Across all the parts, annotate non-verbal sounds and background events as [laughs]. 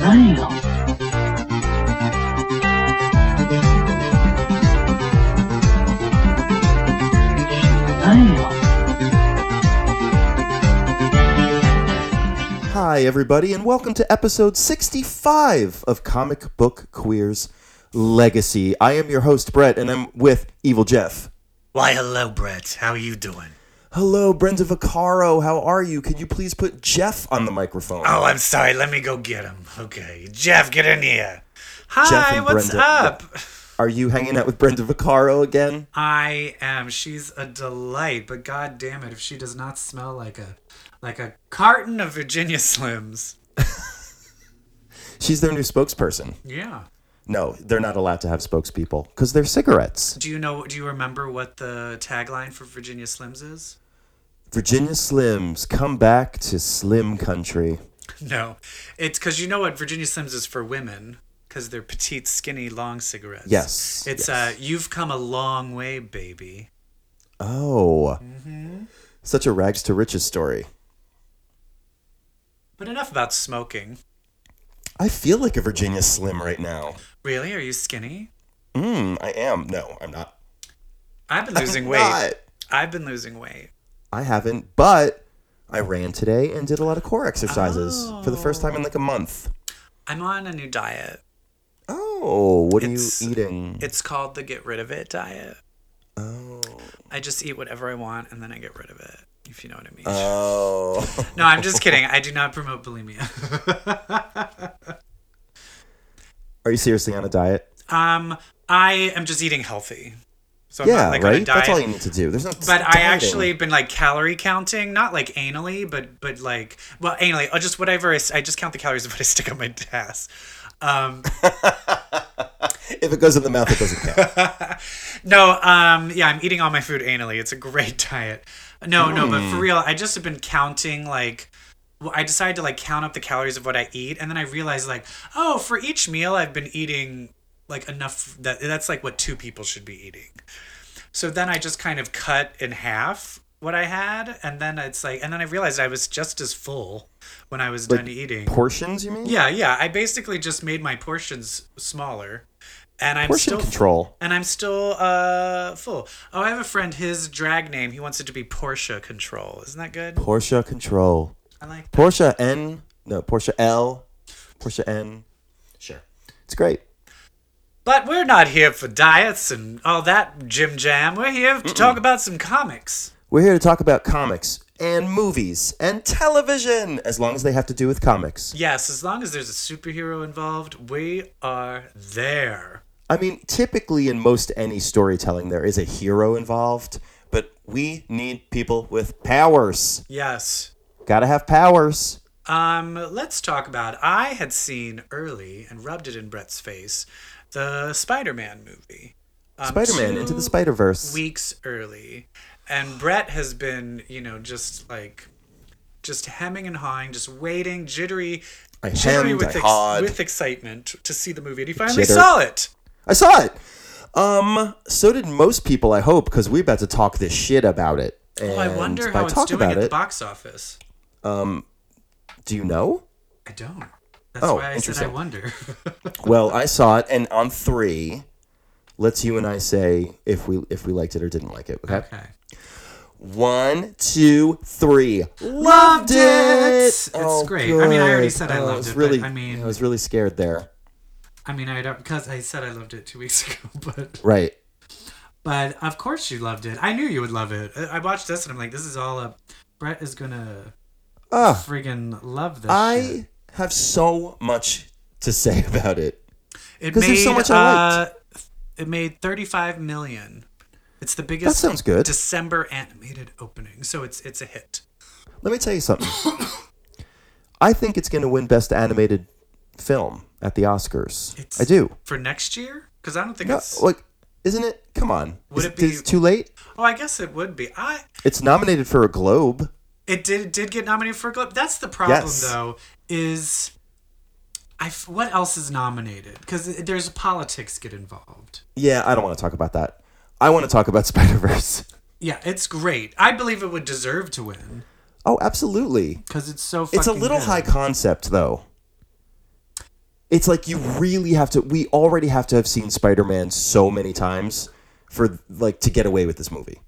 何よ。何よ。 Hi, everybody, and welcome to episode 65 of Comic Book Queer's Legacy. I am your host, Brett, and I'm with Evil Jeff. Why, hello, Brett. How are you doing? Hello, Brenda Vaccaro. How are you? Could you please put Jeff on the microphone? Oh, I'm sorry. Let me go get him. Okay. Jeff, get in here. Jeff Hi, and what's Brenda. up? Are you hanging out with Brenda Vaccaro again? I am. She's a delight, but god damn it if she does not smell like a like a carton of Virginia Slims. She's their new spokesperson. Yeah. No, they're not allowed to have spokespeople because they're cigarettes. Do you know do you remember what the tagline for Virginia Slims is? [laughs] Virginia Slims, come back to Slim Country. No. It's cuz you know what Virginia Slims is for women cuz they're petite, skinny, long cigarettes. Yes, It's uh you've come a long way, baby. Oh. Such a rags to riches story. But enough about smoking. I feel like a Virginia Slim right now. Really? Are you skinny? Mm, I am. No, I'm not. I've been losing weight. Not. I've been losing weight. I haven't, but I ran today and did a lot of core exercises for the first time in like a month. I'm on a new diet. Oh, what It's- are you eating? It's called the get rid of it diet. Oh. I just eat whatever I want and then I get rid of it, if you know what I mean. Oh. no, I'm just kidding. I do not promote [laughs] bulimia. Are you seriously on a diet? um, I am just eating healthy. So I'm yeah, not like on a right? diet. That's all you need to do. There's no but I dieting. actually been like calorie counting, not like anally, but but like well anally, uh, just whatever I, s- I just count the calories of what I stick on my [laughs] ass. Um, If it goes in the mouth, it doesn't [laughs] count. No, um, yeah, I'm eating all my food anally. It's a great [laughs] diet. No, no, but for real, I just have been counting like well, I decided to like count up the calories of what I eat, and then I realized like, oh, for each meal I've been eating like enough that that's like what two people should be eating. So then I just kind of cut in half what I had, and then it's like, and then I realized I was just as full when I was done eating. Portions, you mean? yeah, yeah, I basically just made my portions smaller, and I'm Portion still control. and I'm still uh full. Oh, I have a friend. His drag name. He wants it to be Porsche Control. Isn't that good? Porsche control. I like. Porsche N. No, Porsche L. Porsche N. Sure. It's great. But we're not here for diets and all that Jim Jam. We're here to talk about some comics. We're here to talk about comics and movies and television, as long as they have to do with comics. Yes, as long as there's a superhero involved, we are there. I mean, typically in most any storytelling, there is a hero involved, but we need people with powers. Yes. Gotta have powers. Um, let's talk about. I had seen early and rubbed it in Brett's face, the Spider-Man movie. Um, Spider Man into the two- Spider Verse. weeks early. And Brett has been, you know, just like just hemming and hawing, just waiting, jittery, I jittery hemmed, with, I hawed. with excitement to see the movie. And he finally Jitter. saw it. I saw it. Um, so did most people, I hope, because we're about to talk this shit about it. And Well, Oh, I wonder by how it's talk doing about at the it- box office. Do you know? I don't. That's Oh, why I said I interesting. [laughs] wonder. Well, I saw it, and on three, let's you and I say if we if we liked it or didn't like it. Okay. okay. One, two, three. Loved it! It's Oh, great. I mean, I already good. said I Oh, loved was it, but Really, I mean- I was really scared there. I mean, I don't because I said I loved it two weeks [laughs] ago, but Right. but of course you loved it. I knew you would love it. I I watched this and I'm like, this is all up. Brett is gonna Ah, friggin' love this. I shit. have so much to say [laughs] about it. It 'Cause made there's so much I liked. uh, it made 35 million. It's the That biggest sounds good. December animated opening, so it's it's a hit. Let me tell you something. [coughs] I think it's going to win Best Animated Film at the Oscars. It's I do. for next year because I don't think No, it's. like, isn't it? Come on. Would Is it be- is too late? Oh, I guess it would be. I It's nominated for a Globe. it did did get nominated for a Globe. That's the problem Yes. though. Is I f- what else is nominated? Because there's politics get involved. Yeah, I don't want to talk about that. I want to talk about [laughs] Spider Verse. Yeah, it's great. I believe it would deserve to win Oh, absolutely. because it's so. It's a fucking little good. high concept, though. it's like you really have to. We already have to have seen Spider Man so many times for like to get away with this movie.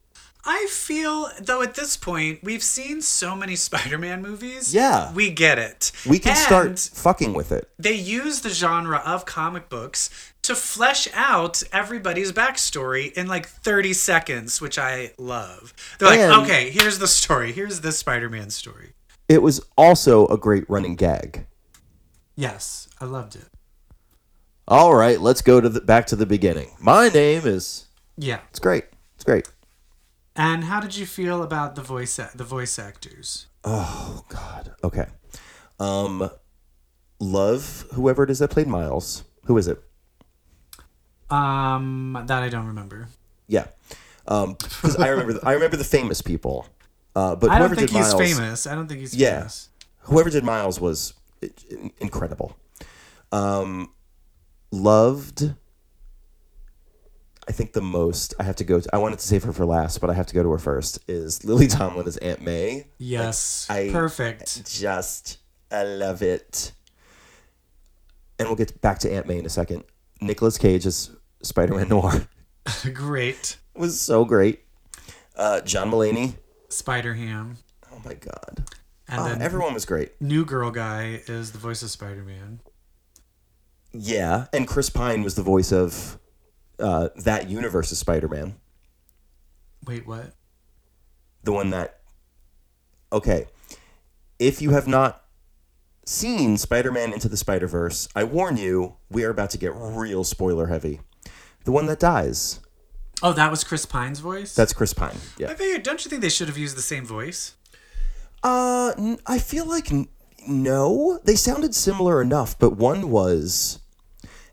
I feel though at this point we've seen so many [laughs] Spider-Man movies. Yeah. we get it. We can And start fucking with it. They use the genre of comic books to flesh out everybody's backstory in like 30 seconds, which I love. They're like, And- okay, here's the story. Here's this Spider-Man story. It was also a great running gag. Yes, I loved it. All right, let's go to the back to the beginning. My name is. Yeah. It's great. It's great. And how did you feel about the voice a- the voice actors? Oh God. Okay. Um, love whoever it is that played Miles. Who is it? Um, that I don't remember. Yeah. Um, because I remember the, I remember the famous people. Uh, but I whoever don't think did he's Miles, famous. I don't think he's Yeah. famous. whoever did Miles was i- in- incredible. Um, loved. I think the most I have to go to. I wanted to save her for last, but I have to go to her first. Is Lily Tomlin as Aunt May? Yes. I- Perfect. Just I love it. And we'll get back to Aunt May in a second. Nicolas Cage as Spider-Man Noir [laughs] Great. was so great. Uh, John Mulaney. Spider Ham. Oh my god. And Oh, then everyone was great. New Girl Guy is the voice of Spider Man. Yeah, and Chris Pine was the voice of uh, that universe of Spider-Man, Wait, what? the one that. Okay, if you have not seen Spider-Man into the Spider-Verse, I warn you, we are about to get real spoiler heavy. The one that dies. Oh, that was Chris Pine's voice? That's Chris Pine. Yeah. I figured, don't you think they should have used the same voice? Uh, n- I feel like n- no, they sounded similar enough, but one was,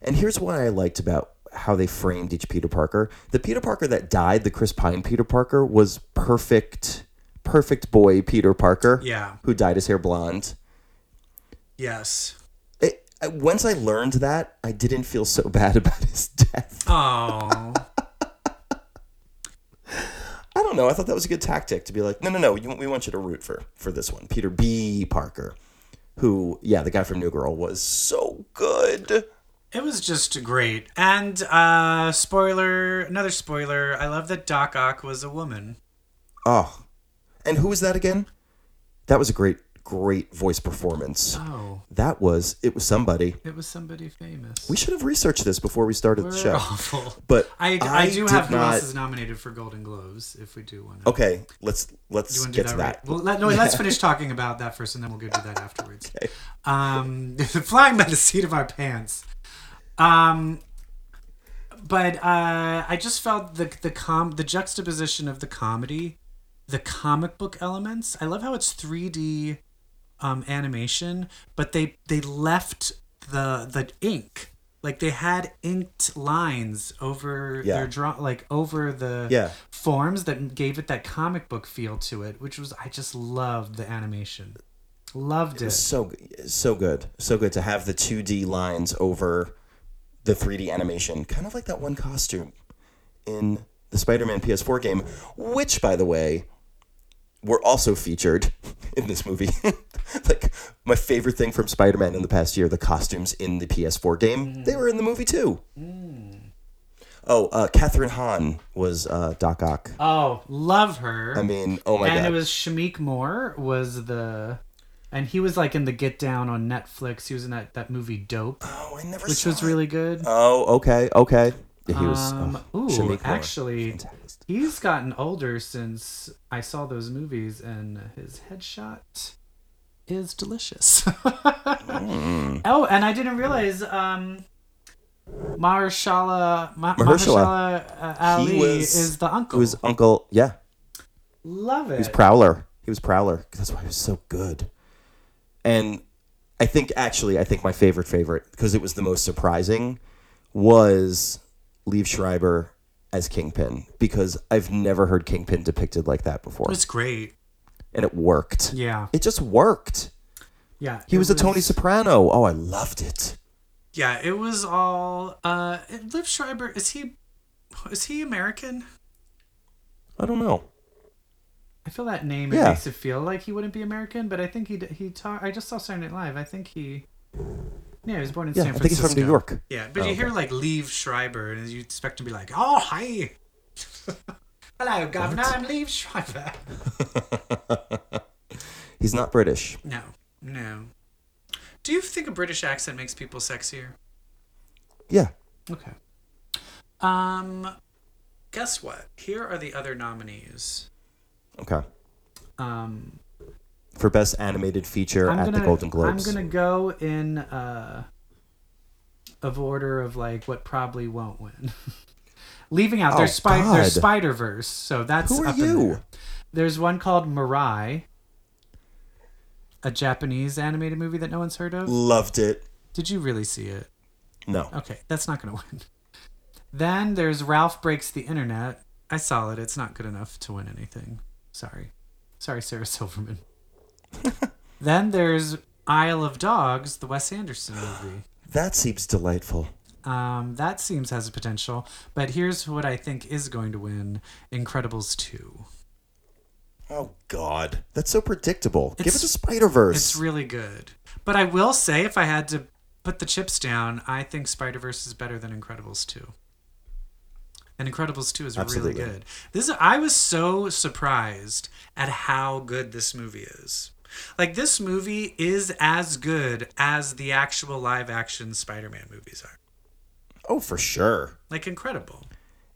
and here's what I liked about how they framed each Peter Parker. The Peter Parker that died, the Chris Pine Peter Parker, was perfect, perfect boy Peter Parker. Yeah. Who dyed his hair blonde. Yes. It, I- once I learned that, I didn't feel so [laughs] bad about his death. Oh. I don't know. I thought that was a good tactic to be like, no, no, no. You, we want you to root for for this one, Peter B. Parker, who, yeah, the guy from New Girl was so good. it was just great. And, uh, spoiler, another spoiler. I love that Doc Ock was a woman. Oh, and who was that again? That was a great, great voice performance. Oh. That was it. Was somebody? It was somebody famous. We should have researched this before we started We're the show. awful. But I, I, I do did have who not- else is nominated for Golden Globes if we do one. Okay, let's let's wanna get to that. right- Well, let, no, let's finish talking about that first, and then we'll go do [laughs] that afterwards. Um, [laughs] flying by the seat of our pants. Um, but uh, I just felt the the com the juxtaposition of the comedy, the comic book elements. I love how it's three D um, animation, but they they left the the ink. Like they had inked lines over Yeah. their draw, like over the Yeah. forms that gave it that comic book feel to it, which was I just loved the animation, loved it. So g- so good, so good to have the two D lines over the three D animation, kind of like that one costume in the Spider Man PS4 game, which, by the way, were also featured [laughs] in this movie. like my favorite thing from Spider Man in the past year, the costumes in the PS4 game, Mm. they were in the movie too. Oh, uh, Catherine Hahn was uh, Doc Ock. Oh, love her. I mean, oh my and god, it was Shamik Moore was the, and he was like in the Get Down on Netflix. He was in that that movie Dope, oh, I never which saw was it. really good. Oh, okay, okay. Yeah, he was. Um, oh, ooh, Shamik Moore. actually, Fantastic. he's gotten older since I saw those movies, and his headshot is delicious. Mm. Oh, and I didn't realize um, Mahershala Ma- Mahershala. Mahershala, uh, Ali He was- is the It uncle. was Uncle. Yeah, Love he was it. Prowler. He was Prowler. 'cause That's why he was so good. And I think actually, I think my favorite favorite because it was the most surprising was Liev Schreiber as Kingpin because I've never heard Kingpin depicted like that before, was great. and it worked. Yeah, It just worked. yeah. He it was a Tony Soprano. Oh, I loved it. Yeah, it was all. Uh, Liv Schreiber is he? Is he American? I don't know. I feel that name Yeah. it makes it feel like he wouldn't be American, but I think he d- he taught. I just saw Saturday Night Live. I think he Yeah, he was born in Yeah, San I think he's Francisco. from New York. Oh, Yeah, but you hear like Leave Schreiber, and you expect to be like, "Oh, hi, [laughs] hello, governor, I'm Leave Schreiber." [laughs] He's not British. No, no. Do you think a British accent makes people sexier? Yeah. Okay. Um, guess what? Here are the other nominees. Okay. Um, For best animated feature at the Golden Globes. I'm gonna go in uh, of order of like what probably won't win. [laughs] Leaving out Oh, there's spider there's God. Spider Verse, so that's Who are up in you? there. There's one called Mirai, a Japanese animated movie that no one's heard of. Loved it. Did you really see it? No. Okay, that's not gonna [laughs] win. Then there's Ralph Breaks the Internet. I saw it. It's not good enough to win anything. Sorry. Sorry, Sarah [laughs] Silverman. then there's Isle of Dogs, the Wes Anderson movie. That seems delightful. Um, that seems has a potential, but here's what I think is going to win Incredibles 2. Oh God, that's so predictable. Give It's- us a Spider It's Verse. really good. But I will say, if I had to put the chips down, I think Spider Verse is better than Incredibles 2. And Incredibles 2 is Absolutely. really good. This is, I was so surprised at how good this movie is. Like, this movie is as good as the actual live action Spider Man movies are. oh, for sure. Like, incredible.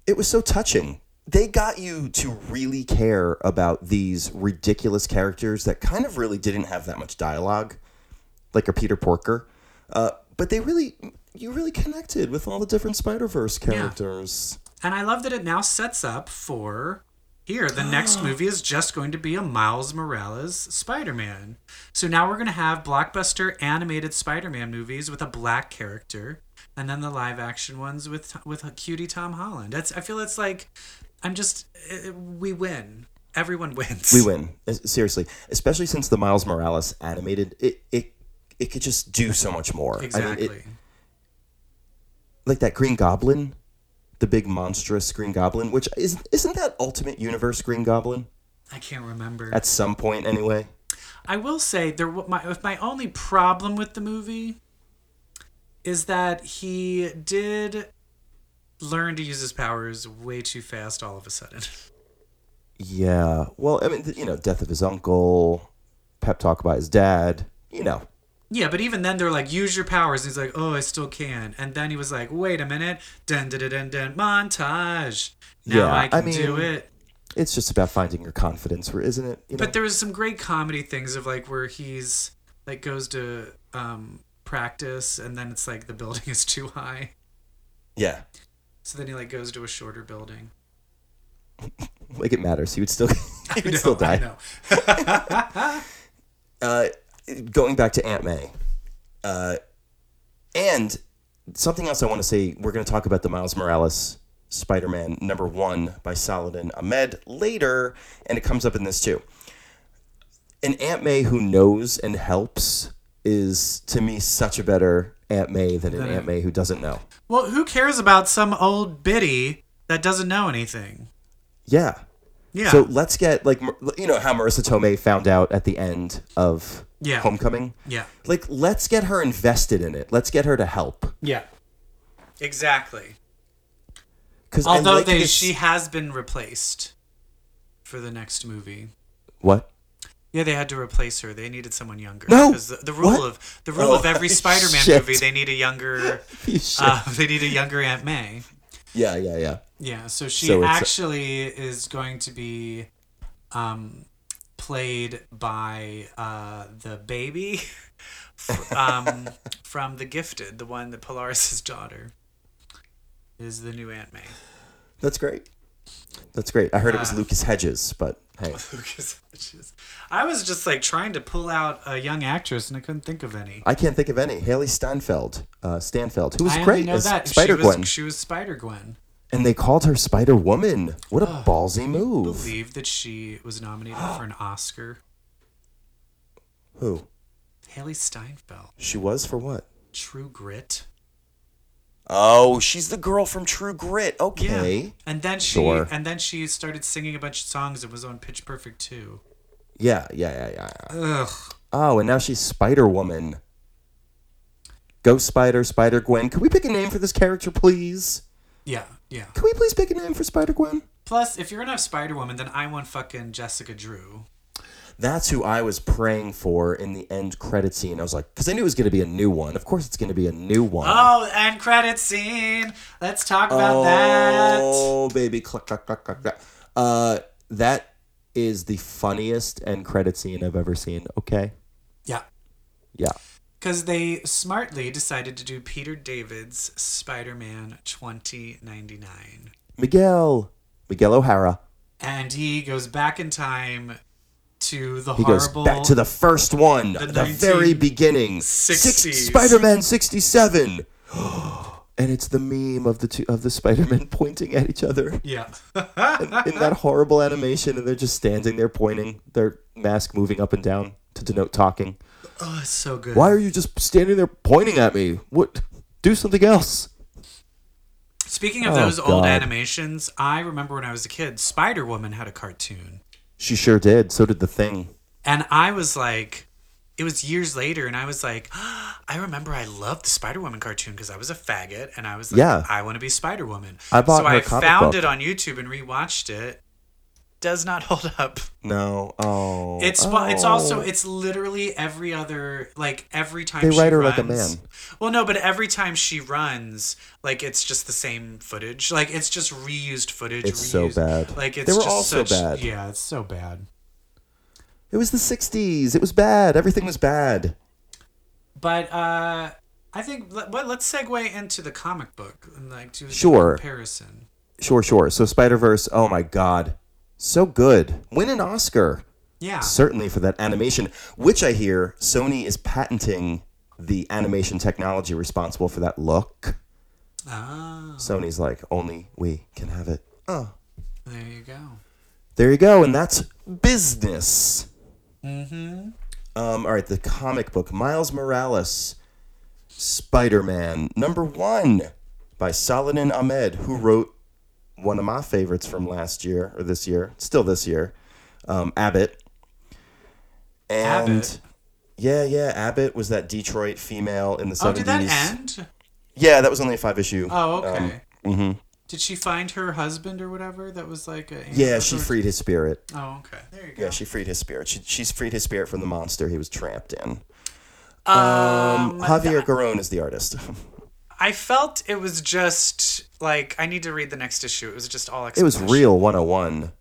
It was so touching. They got you to really care about these ridiculous characters that kind of really didn't have that much dialogue, like a Peter Porker. Uh, but they really, you really connected with all the different Spider Verse characters. And I love that it now sets up for here. [gasps] The next movie is just going to be a Miles Morales Spider Man. So now we're going to have blockbuster animated Spider Man movies with a black character, and then the live action ones with with a cutie Tom Holland. That's I feel it's like I'm just uh, we win. Everyone [laughs] wins. We win Uh, seriously, especially since the Miles Morales animated. It it it could just do so much more. I mean, it- Exactly. like that Green Goblin, the big monstrous Green Goblin, which is isn't that Ultimate Universe Green Goblin I can't remember. at some point anyway. I will say there wa- my if my only problem with the movie is that he did learn to use his powers way too fast all of a sudden. [laughs] Yeah. Well, I mean, th- you know, death of his uncle, pep talk about his dad. You know, Yeah, but even then they're like, use your powers. And he's like, oh, I still can. And then he was like, wait a minute, dun dun dun dun, dun montage. Now Yeah, I I can mean- do it. it's just about finding your confidence, isn't it? You know? But there was some great comedy things of like where he's like goes to um, practice and then it's like the building [laughs] is too high. yeah. So then he like goes to a shorter building. Like it matters. He would still, [laughs] he would No, still I die. know. Uh, going back to Aunt May, uh, and something else I want to say. We're going to talk about the Miles Morales Spider-Man number one by Saladin Ahmed later, and it comes up in this too. an Aunt May who knows and helps is to me such a better Aunt May than an Aunt May who doesn't know. Well, who cares about some old biddy that doesn't know anything? Yeah. Yeah. So let's get like Mar- you know how Marissa Tomei found out at the end of Yeah. Homecoming. yeah. Like let's get her invested in it. Let's get her to help. Yeah. Exactly. Because Although they, she has been replaced for the next movie. what? [laughs] Yeah, they had to replace her. They needed someone younger. No! Because the, the rule What? of the rule Oh, of [laughs] every Spider-Man shit. movie, they need a younger, [laughs] Shit. uh, they need a younger Aunt May. yeah, yeah, yeah. Yeah, so she So it's- actually is going to be um, played by uh, the baby [laughs] f- um, from The Gifted, the one that Polaris' daughter is the new Aunt May. [laughs] That's great. That's great. I heard it Ah. was Lucas Hedges, but hey, Lucas Hedges. I was just like trying to pull out a young actress and I couldn't think of any. I can't think of any. Haley Steinfeld, uh, Stanfeld, who was I only great know as that she Spider was- Gwen. She was Spider Gwen. And they called her Spider Woman. What a ballsy move. Believe that she was nominated [gasps] for an Oscar. Who? Haley Steinfeld, She was for what? True Grit. Oh, she's the girl from True Grit. Yeah. Okay. And then she Sure. and then she started singing a bunch of songs and was on Pitch Perfect too. Yeah, yeah, yeah, yeah. yeah. Ugh. Oh, and now she's Spider Woman. Ghost Spider, Spider Gwen. Can we pick a name for this character, please? Yeah, yeah. Can we please pick a name for Spider Gwen? Plus, if you're gonna have Spider Woman, then I want fucking Jessica Drew. That's who I was praying for in the end credit scene. I was like, because I knew it was going to be a new one. Of course, it's going to be a new one. Oh, end credit scene. Let's talk about that. Oh, baby. Cluck, cluck, cluck, cluck, cluck. Uh, that is the funniest end credit scene I've ever seen. Okay. Yeah. Yeah. Because they smartly decided to do Peter David's Spider Man 2099. Miguel. Miguel O'Hara. And he goes back in time to the He goes horrible. back to the first one, the, very beginning. Six, 60s. Spider-Man 67. [gasps] and it's the meme of the two of the Spider-Man [laughs] pointing at each other Yeah. [laughs] [laughs] in that horrible animation and they're just standing there pointing, their mask moving up and down to denote talking. oh, it's so good. Why are you just standing there pointing at me? What do something else? Speaking of Oh, those old God. animations, I remember when I was a kid, Spider Woman had a cartoon. She sure did. So did the thing. And I was like, it was years later, and I was like, [gasps] I remember I loved the Spider Woman cartoon because I was a faggot, and I was like, Yeah. I want to be Spider Woman. I bought so her I comic found book. it on YouTube and rewatched it. Does not hold up. No. Oh. It's oh. bu- it's also it's literally every other like every time They she write her like runs, a man. Well, no, but every time she runs, like it's just the same footage. Like it's just reused footage. It's so reused- bad. Like it's They were just all so such, bad. Yeah, it's so bad. It was the 60s. It was bad. Everything was bad. But uh I think let, well, let's segue into the comic book and like do the Sure. comparison. Sure, sure. So Spider Verse, oh my god, so good. Win an Oscar, Yeah. certainly for that animation, which I hear Sony is patenting the animation technology responsible for that look. Ah, Sony's like, only we can have it. Oh, there you go. there you go, and that's business. Mm-hmm. Um, all right, the comic book Miles Morales, Spider Man number one by Saladin Ahmed, who wrote one of my favorites from last year or this year, still this year, um, Abbott. And Abbott? yeah, yeah, Abbott was that Detroit female in the Oh, seventies. did that end? Yeah, that was only a five issue. Oh, okay. Um, Did she find her husband or whatever? That was like a yeah, she freed his spirit. Oh, okay. There you go. Yeah, she freed his spirit. She, she's freed his spirit from the monster he was trapped in. Um, Javier Garron is the artist. I felt it was just like I need to read the next issue. It was just all It was [laughs] exposition. real uh, 101.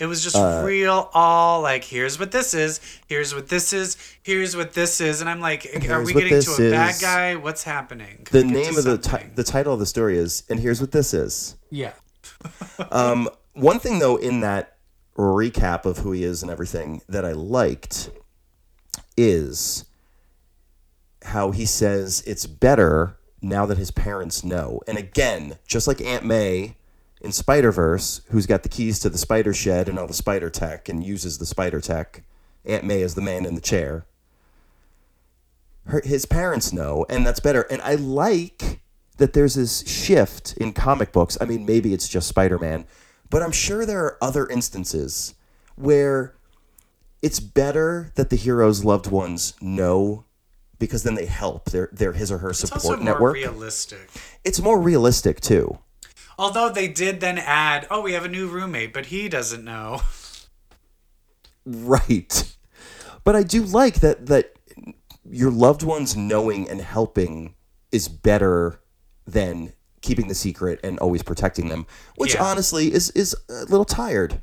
It was just real all like here's what this is, here's what this is, here's what this is, and I'm like, are Here's we what getting to this a bad is. guy? What's happening? The Can we get to name of the ti- something? the title of the story is, and here's what this is. yeah Um, one thing though in that recap of who he is and everything that I liked is how he says it's better now that his parents know. And again, just like Aunt May in Spider Verse, who's got the keys to the spider shed and all the spider tech and uses the spider tech, Aunt May is the man in the chair. Her, his parents know, and that's better. And I like that there's this shift in comic books. I mean, maybe it's just Spider Man, but I'm sure there are other instances where it's better that the hero's loved ones know because then they help. They're, they're his or her it's support also more network. realistic. It's more realistic, too. Although they did then add, oh, we have a new roommate, but he doesn't know. [laughs] Right. But I do like that that your loved ones knowing and helping is better than keeping the secret and always protecting them, which Yeah. honestly is is a little tired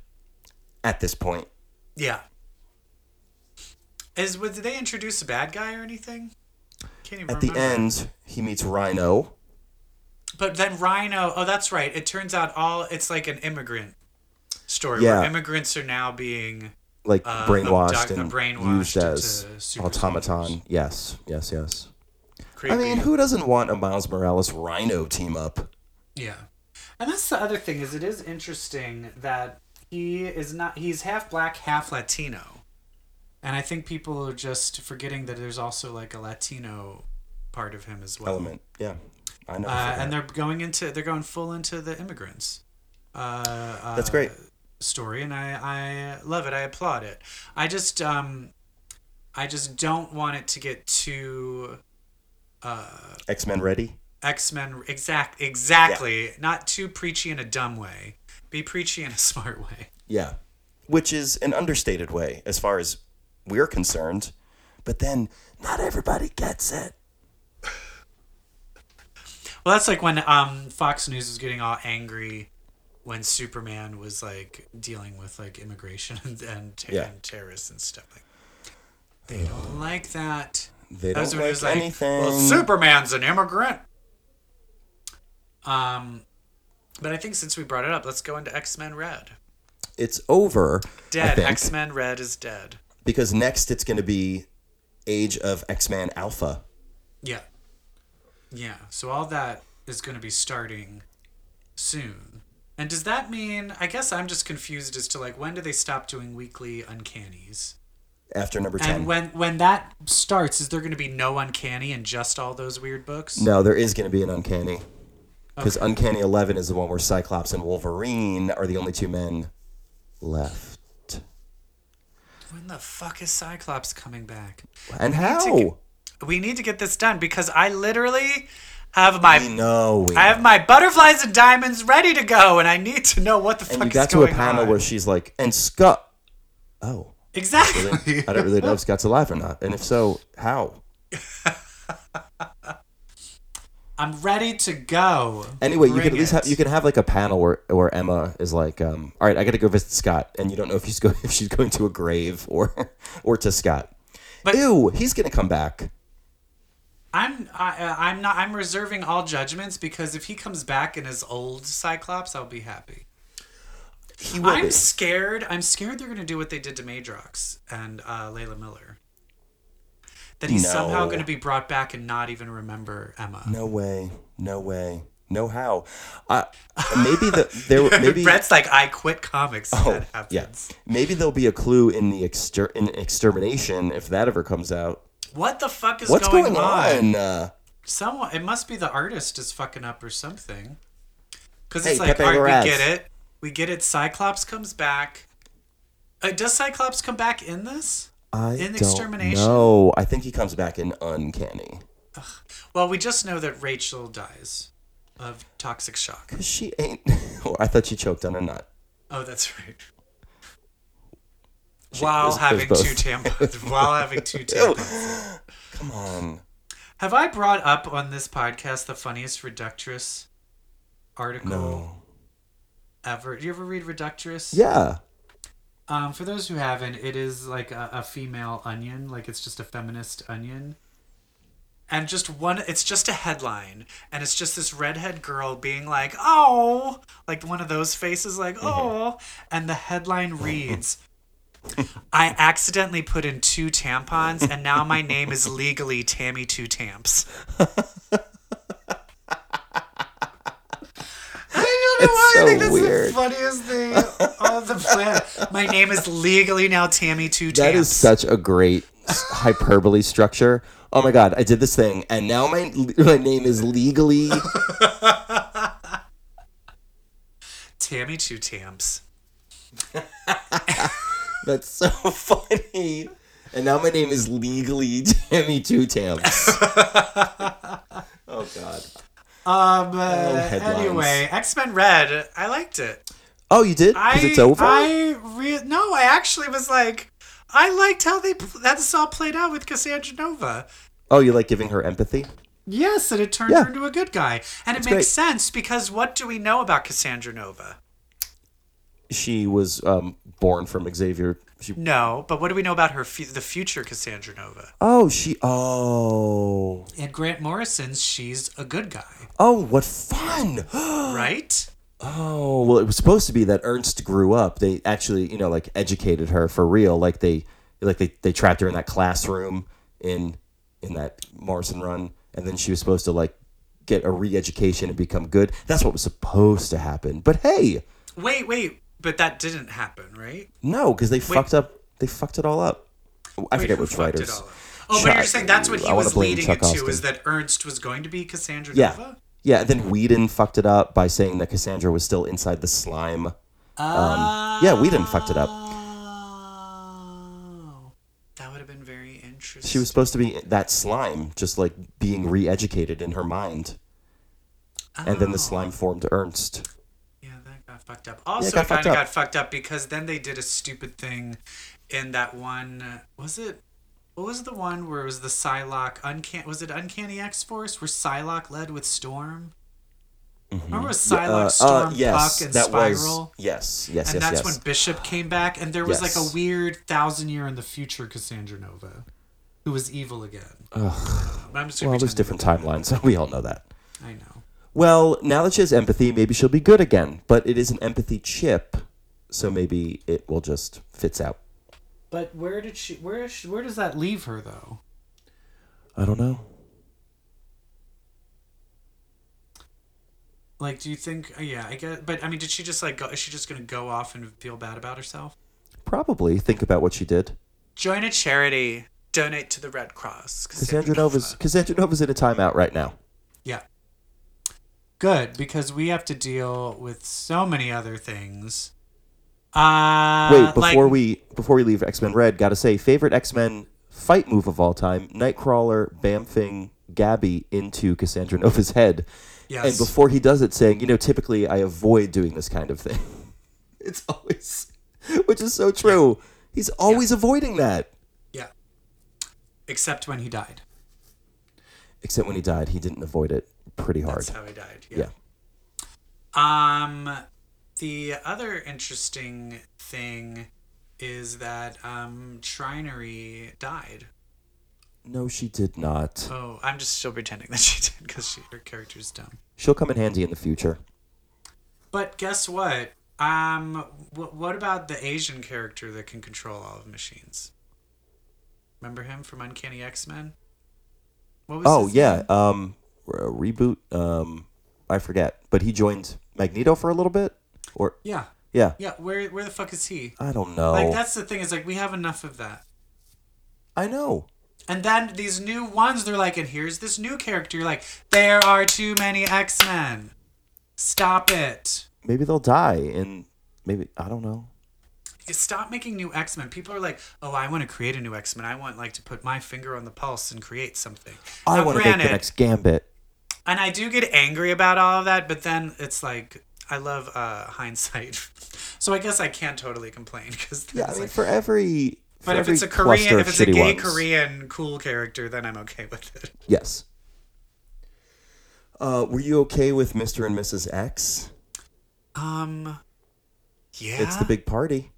at this point. Yeah. Is was did they introduce a bad guy or anything? Can't even At the remember. end, he meets Rhino. But then Rhino, oh, that's right. It turns out all it's like an immigrant story Yeah. where immigrants are now being Like Uh, brainwashed abduct- and brainwashed used into as super automaton. Yes, yes, yes. creepy. I mean, who doesn't want a Miles Morales Rhino team up? yeah. And that's the other thing is it is interesting that he is not he's half black, half Latino. And I think people are just forgetting that there's also like a Latino part of him as well. Element, yeah. I know. Uh, and they're going into they're going full into the immigrants. Uh, uh, That's great. story and I, I love it i applaud it i just um i just don't want it to get too X Men Ready. X Men. Exact. Exactly. Not too preachy in a dumb way. Be preachy in a [laughs] smart way. Yeah. Which is an understated way as far as we're concerned. But then not everybody gets it. Well, that's like when um, Fox News was getting all angry when Superman was like dealing with like immigration [laughs] and and, Yeah. and terrorists and stuff like. They don't like that. They That's don't when he like was like, anything. Well, Superman's an immigrant. Um, but I think since we brought it up, let's go into X Men Red. it's over. I Dead. think, X Men Red is dead. because next it's going to be Age of X Man Alpha. Yeah. Yeah. So all that is going to be starting soon. And does that mean? I guess I'm just confused as to like when do they stop doing weekly uncannies? after number 10. And when when that starts, is there going to be no uncanny and just all those weird books? no, there is going to be an Uncanny. Because Uncanny 11 is the one where Cyclops and Wolverine are the only two men left. When the fuck is Cyclops coming back? And how? to We need to get this done because I literally have my we know. We I know. have my butterflies and diamonds ready to go, and I need to know what the fuck And you is got to a going panel on. where she's like, and Scott. Oh. exactly. I don't [laughs] really know if Scott's alive or not. And if so, how? [laughs] I'm ready to go. Anyway, you can Bring at least it. have you can have like a panel where, where Emma is like, um, all right, I got to go visit Scott, and you don't know if she's going [laughs] if she's going to a grave or or to Scott. But- Ew, he's gonna come back. I'm I, uh, I'm not I'm reserving all judgments because if he comes back in his old Cyclops, I'll be happy. He will I'm be. scared. I'm scared they're gonna do what they did to Madrox and uh, Layla Miller. That he's somehow No. gonna be brought back and not even remember Emma. No way. No way. No how. Uh, maybe the there maybe Oh, Brett's like, I quit comics. if that happens. yeah. Maybe there'll be a clue in the exter- in extermination if that ever comes out. What the fuck is What's going, going, on? on? Uh, Someone, it must be the artist is fucking up or something. Because Hey, it's like, Pepe all right, Larraz. we get it, we get it. Cyclops comes back. Uh, does Cyclops come back in this? I In don't extermination? know. I think he comes back in uncanny. Well, we just know that Rachel dies of toxic shock. Cause she ain't. [laughs] Oh, I thought she choked on a nut. Oh, that's right. while there's- having there's two both. tampons, [laughs] while having [laughs] two tampons. Come on. Have I brought up on this podcast the funniest Reductress article No. ever? Do you ever read Reductress? Yeah. Um, for those who haven't, it is like a, a female onion, like it's just a feminist onion. And just one, it's just a headline, and it's just this redhead girl being like, "Oh," like one of those faces, like Mm-hmm. "Oh," and the headline reads, "I accidentally put in two tampons, and now my name is legally Tammy Two Tamps." [laughs] [laughs] I don't know why so I think that's weird. the funniest thing on the planet. My name is legally now Tammy Two Tamps. That is such a great s- hyperbole structure. Oh my god, I did this thing, and now my my name is legally. [laughs] Tammy Two Tamps. That's so funny. And now my name is legally Tammy Two Tams. [laughs] oh god. Um. uh, Oh, headlines. anyway, X Men Red. I liked it. Oh, you did? I. Because it's over. I re- No, I actually was like, I liked how they pl- that this all played out with Cassandra Nova. Oh, you like giving her empathy? Yes, and it turned Yeah. her into a good guy, and it makes great. sense because what do we know about Cassandra Nova? She was um, born from Xavier. She. No, but what do we know about her fu- the future Cassandra Nova? Oh, she. Oh. And Grant Morrison's she's a good [gasps] guy, Oh, what fun! [gasps] right? Oh, well, it was supposed to be that Ernst grew up. They actually, you know, like educated her for real. Like they, like they, they trapped her in that classroom in in that Morrison run, and then she was supposed to like get a re-education and become good. That's what was supposed to happen. But hey, Wait, wait, but that didn't happen, right? no, because they fucked up. They fucked it all up. I forget who which fucked it writers. all up? Oh, but you're Chuck, saying that's what he I wanna was blame leading Chuck it to Austin. is that Ernst was going to be Cassandra Yeah, Nova? yeah. And then Whedon fucked it up by saying that Cassandra was still inside the slime. Um, yeah, Whedon fucked it up. Oh, that would have been very She's, She was supposed to be that slime, just like being re-educated in her mind, and then the slime formed Ernst. Oh, Yeah, that got fucked up. Also, got it kind fucked of up. got fucked up because then they did a stupid thing in that one. Was it? What was the one where it was the Psylocke uncan? Was it Uncanny X Force where Psylocke led with Storm? Remember was Psylocke, Uh, Storm, uh, yes, Puck, and that Spiral? was yes, yes, and yes, yes. that's when Bishop came back, and there was like Yes. a weird thousand year in the future Cassandra Nova, who was evil again. But I'm just gonna well, pretend there's different timelines. [laughs] We all know that. that- I know. Well, now that she has empathy, maybe she'll be good again. But it is an empathy chip, so maybe it will just fits out. But where did she? Where is she, Where does that leave her though? I don't know. Like, do you think? uh, Yeah, I guess. But I mean, did she just like go? Is she just gonna go off and feel bad about herself? Probably think about what she did. Join a charity. Donate to the Red Cross. Cassandra Nova's Cassandra Nova's in a timeout right now. Yeah. Good because we have to deal with so many other things. Uh, Wait, before like, we before we leave X Men Red, gotta say favorite X Men fight move of all time: Mm-hmm. Nightcrawler bamfing Gabby into Cassandra Nova's head, Yes. and before he does it, saying, "You know, typically I avoid doing this kind of thing." [laughs] it's always, which is so true. He's always avoiding that. Yeah. Except when he died. Except when he died, he didn't avoid it pretty hard. That's how he died. yeah. Yeah. Um, the other interesting thing is that um, Shrinery died. No, she did not. Oh, I'm just still pretending [laughs] that she did because her character's dumb. She'll come in handy in the future. But guess what? Um, wh- what about the Asian character that can control all of machines? Remember him from Uncanny X Men? What was Oh his yeah, um, re- reboot. Um, I forget, but he joined Magneto for a little bit, or Yeah. yeah, Yeah. Where Where the fuck is he? I don't know. Like that's the thing is like we have enough of that. I know. And then these new ones, they're like, and here's this new character. You're like, there are too many X Men. Stop it. Maybe they'll die, and maybe I don't know. Stop making new X Men. People are like, oh, I want to create a new X Men. I want like to put my finger on the pulse and create something. I Now, want to make the granted, next Gambit. And I do get angry about all of that, but then it's like, I love uh, hindsight. [laughs] so I guess I can't totally complain because Yeah, I mean, for every. but for if it's a every cluster Korean, of if it's a shitty gay ones. Korean cool character, then I'm okay with it. yes. Uh, were you okay with Mr. and Mrs. X? Um, yeah. It's the big party.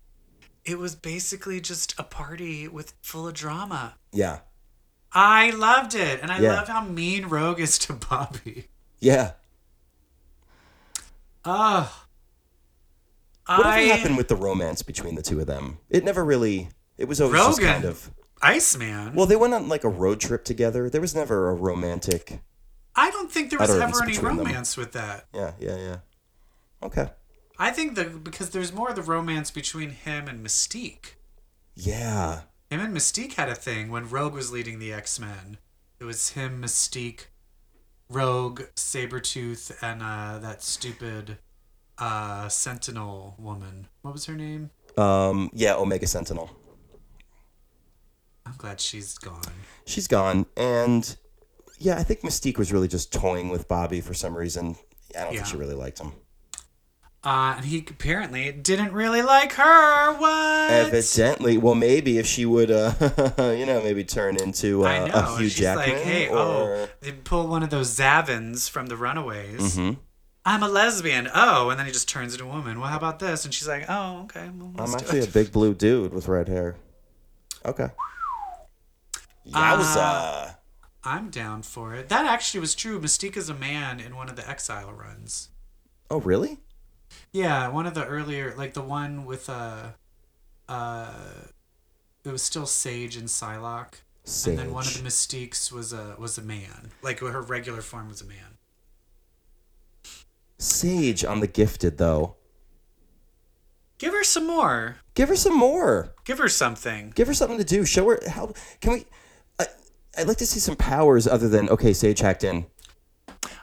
it was basically just a party with full of drama. Yeah, I loved it, and I Yeah. love how mean Rogue is to Bobby. yeah. Ugh. What I happened with the romance between the two of them? It never really. It was always just Rogan. kind of. Iceman. Well, they went on like a road trip together. There was never a romantic. I don't think there was utterance ever any between them. romance with that. Yeah, yeah, yeah. Okay. I think the because there's more of the romance between him and Mystique. Yeah. Him and Mystique had a thing when Rogue was leading the X Men. It was him, Mystique, Rogue, Sabretooth, and uh, that stupid uh, Sentinel woman. What was her name? Um. Yeah. Omega Sentinel. I'm glad she's gone. She's gone, and yeah, I think Mystique was really just toying with Bobby for some reason. I don't Yeah. think she really liked him. Uh, and he apparently didn't really like her. What? Evidently, well, maybe if she would, uh, [laughs] you know, maybe turn into uh, I know. a Hugh She's Jackman like, hey, or Mm-hmm. oh, they pull one of those Zavins from the Runaways. Hmm? I'm a lesbian. Oh, and then he just turns into a woman. Well, how about this? And she's like, oh, okay. Well, let's I'm do actually it. a big blue dude with red hair. Okay. Yowza. Uh, I'm down for it. That actually was true. Mystique is a man in one of the Exile runs. oh, really? Yeah, one of the earlier, like the one with uh, uh, it was still Sage and Psylocke, Sage. and then one of the Mystiques was a was a man. Like her regular form was a man. Sage on the gifted though. Give her some more. Give her some more. Give her something. Give her something to do. Show her how. Can we? I, I'd like to see some powers other than okay. Sage hacked in.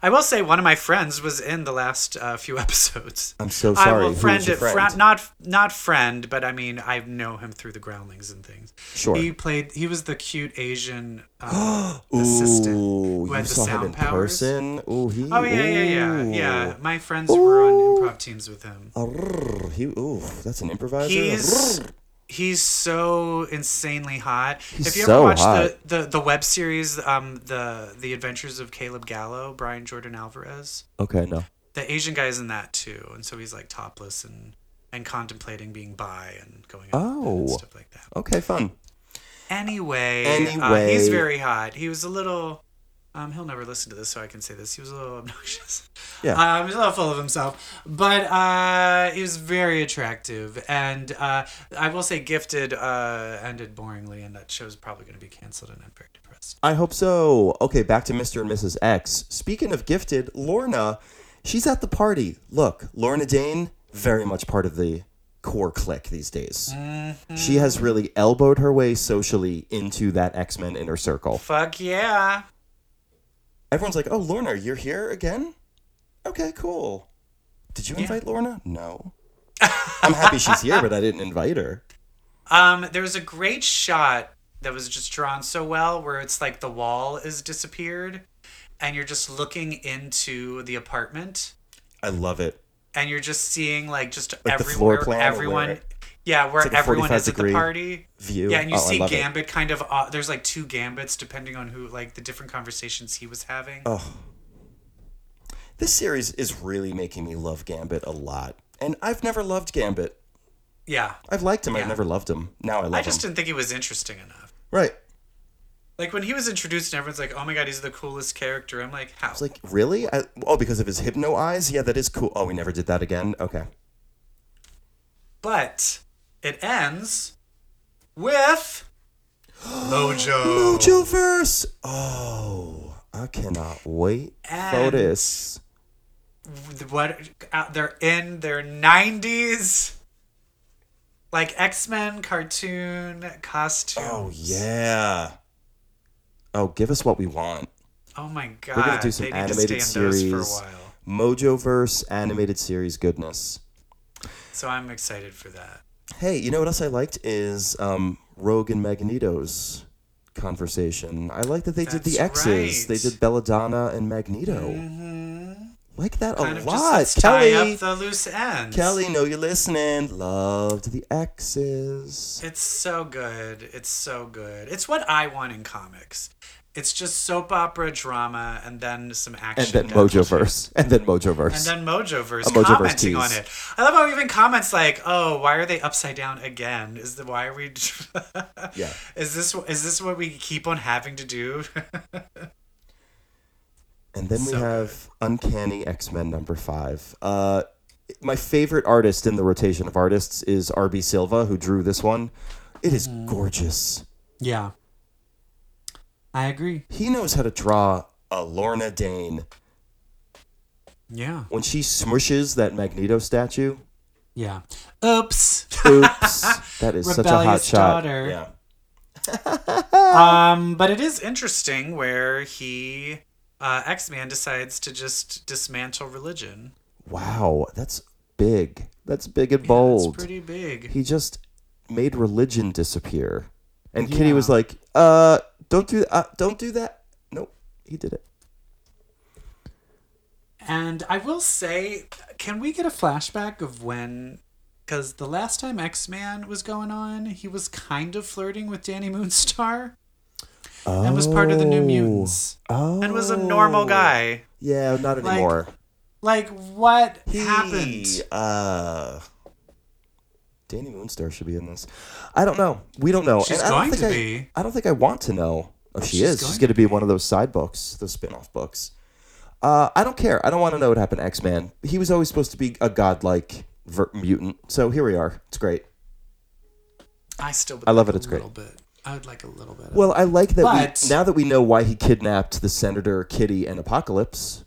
I will say one of my friends was in the last uh, few [laughs] episodes. I'm so I sorry. will Who was friend, your it fri- friend? not not friend, but I mean I know him through the groundlings and things. Sure. He played. He was the cute [gasps] Asian um, assistant Ooh, who you had the saw him in sound powers. person. Ooh, he. Oh yeah, yeah, yeah, ooh. yeah. My friends were on improv teams with him. Arrrr, he, ooh, that's an improviser. He's Arrrr. he's so insanely hot. if you so ever watched hot. The, the the web series, um, the the Adventures of Caleb Gallo, Brian Jordan Alvarez, okay, no. the Asian guy's in that too, and so he's like topless and and contemplating being bi and going out Oh. and stuff like that. Okay, fun. Anyway, uh, Anyway. he's very hot. He was a little. Um, he'll never listen to this, so I can say this. He was a little obnoxious. Yeah. Um, he was a little full of himself, but uh, he was very attractive, and uh, I will say, gifted uh, ended boringly, and that show's probably going to be canceled, and I'm very depressed. I hope so. Okay, back to Mr. and Mrs. X. Speaking of gifted, Lorna, she's at the party. Look, Lorna Dane, very much part of the core clique these days. Mm-hmm. She has really elbowed her way socially into that X Men inner circle. Fuck yeah! Everyone's like, oh, Lorna, you're here again? Okay, cool. Did you invite Lorna? No. I'm happy she's here, but I didn't invite [laughs] her. Um, there was a great shot that was just drawn so well where it's like the wall is disappeared, and you're just looking into the apartment. I love it. and you're just seeing like just Like the floor everywhere plan or everyone where- yeah where like a everyone 45 is at degree the party view. yeah and you Oh, I see love it. gambit kind of uh, there's like two gambits depending on who like the different conversations he was having Oh, This series is really making me love Gambit a lot. And I've never loved Gambit. yeah I've liked him. I've Yeah. never loved him. Now I love i just him. didn't think he was interesting enough Right. like when he was introduced and everyone's like oh my god he's the coolest character i'm like how It's like, really? I, oh, because of his hypno eyes? Yeah, that is cool. Oh, we never did that again? Okay. but it ends with [gasps] mojo Mojoverse! Oh, I cannot wait for And- this. what out they're in their 90s like x-men cartoon costume oh, Oh, yeah. Oh, give us what we want. Oh my god gonna do some they need animated to stay in those series. for a while Mojoverse animated series goodness. so i'm excited for that Hey, you know what else I liked is um, Rogue and Magneto's conversation. I like that they did the That's X's. right. Mm-hmm. They did Belladonna and Magneto. Like that kind a of lot. just let's tie Kelly, up the loose ends Kelly, know you're listening. Loved the X's. it's so good it's so good it's what i want in comics it's just soap opera drama and then some action And then down to- Mojoverse. And then Mojoverse. and then Mojoverse Mojoverse tease. commenting on it. I love how he even comments like, "Oh, why are they upside down again? Is the why are we? [laughs] Yeah. Is this is this what we keep on having to do? [laughs] And then we So have Uncanny X Men number five. Uh, my favorite artist in the rotation of artists is RB Silva, who drew this one. It is Mm. gorgeous. yeah, I agree. He knows how to draw a Lorna Dane. Yeah, When she smushes that Magneto statue, yeah. Oops. [laughs] oops, that is such a hot Rebellious shot. daughter. Yeah. um, but it is interesting where he. Uh, X Man decides to just dismantle religion. Wow, that's big. That's big and It's bold. pretty big. he just made religion disappear. And Kitty was like, "Uh, don't do uh, don't do that." Nope, he did it. And I will say, can we get a flashback of when? Because the last time X Man was going on, he was kind of flirting with Danny Moonstar and was part of the New Mutants Oh. and was a normal guy. Yeah, not anymore. Like, what He, happened? Uh, Danny Moonstar should be in this. I don't know. We don't know. She's I don't going think to I- be. I don't think I want to know. Oh, she She's is. She's going going to be one of those side books, those spin-off books. Uh, I don't care. I don't want to know what happened to X-Man. He was always supposed to be a godlike ver- mutant. So here we are. It's great. I still would I love like it, it's a great. little bit. I would like a little bit. Well, I like that But- we now that we know why he kidnapped the senator, Kitty, and Apocalypse.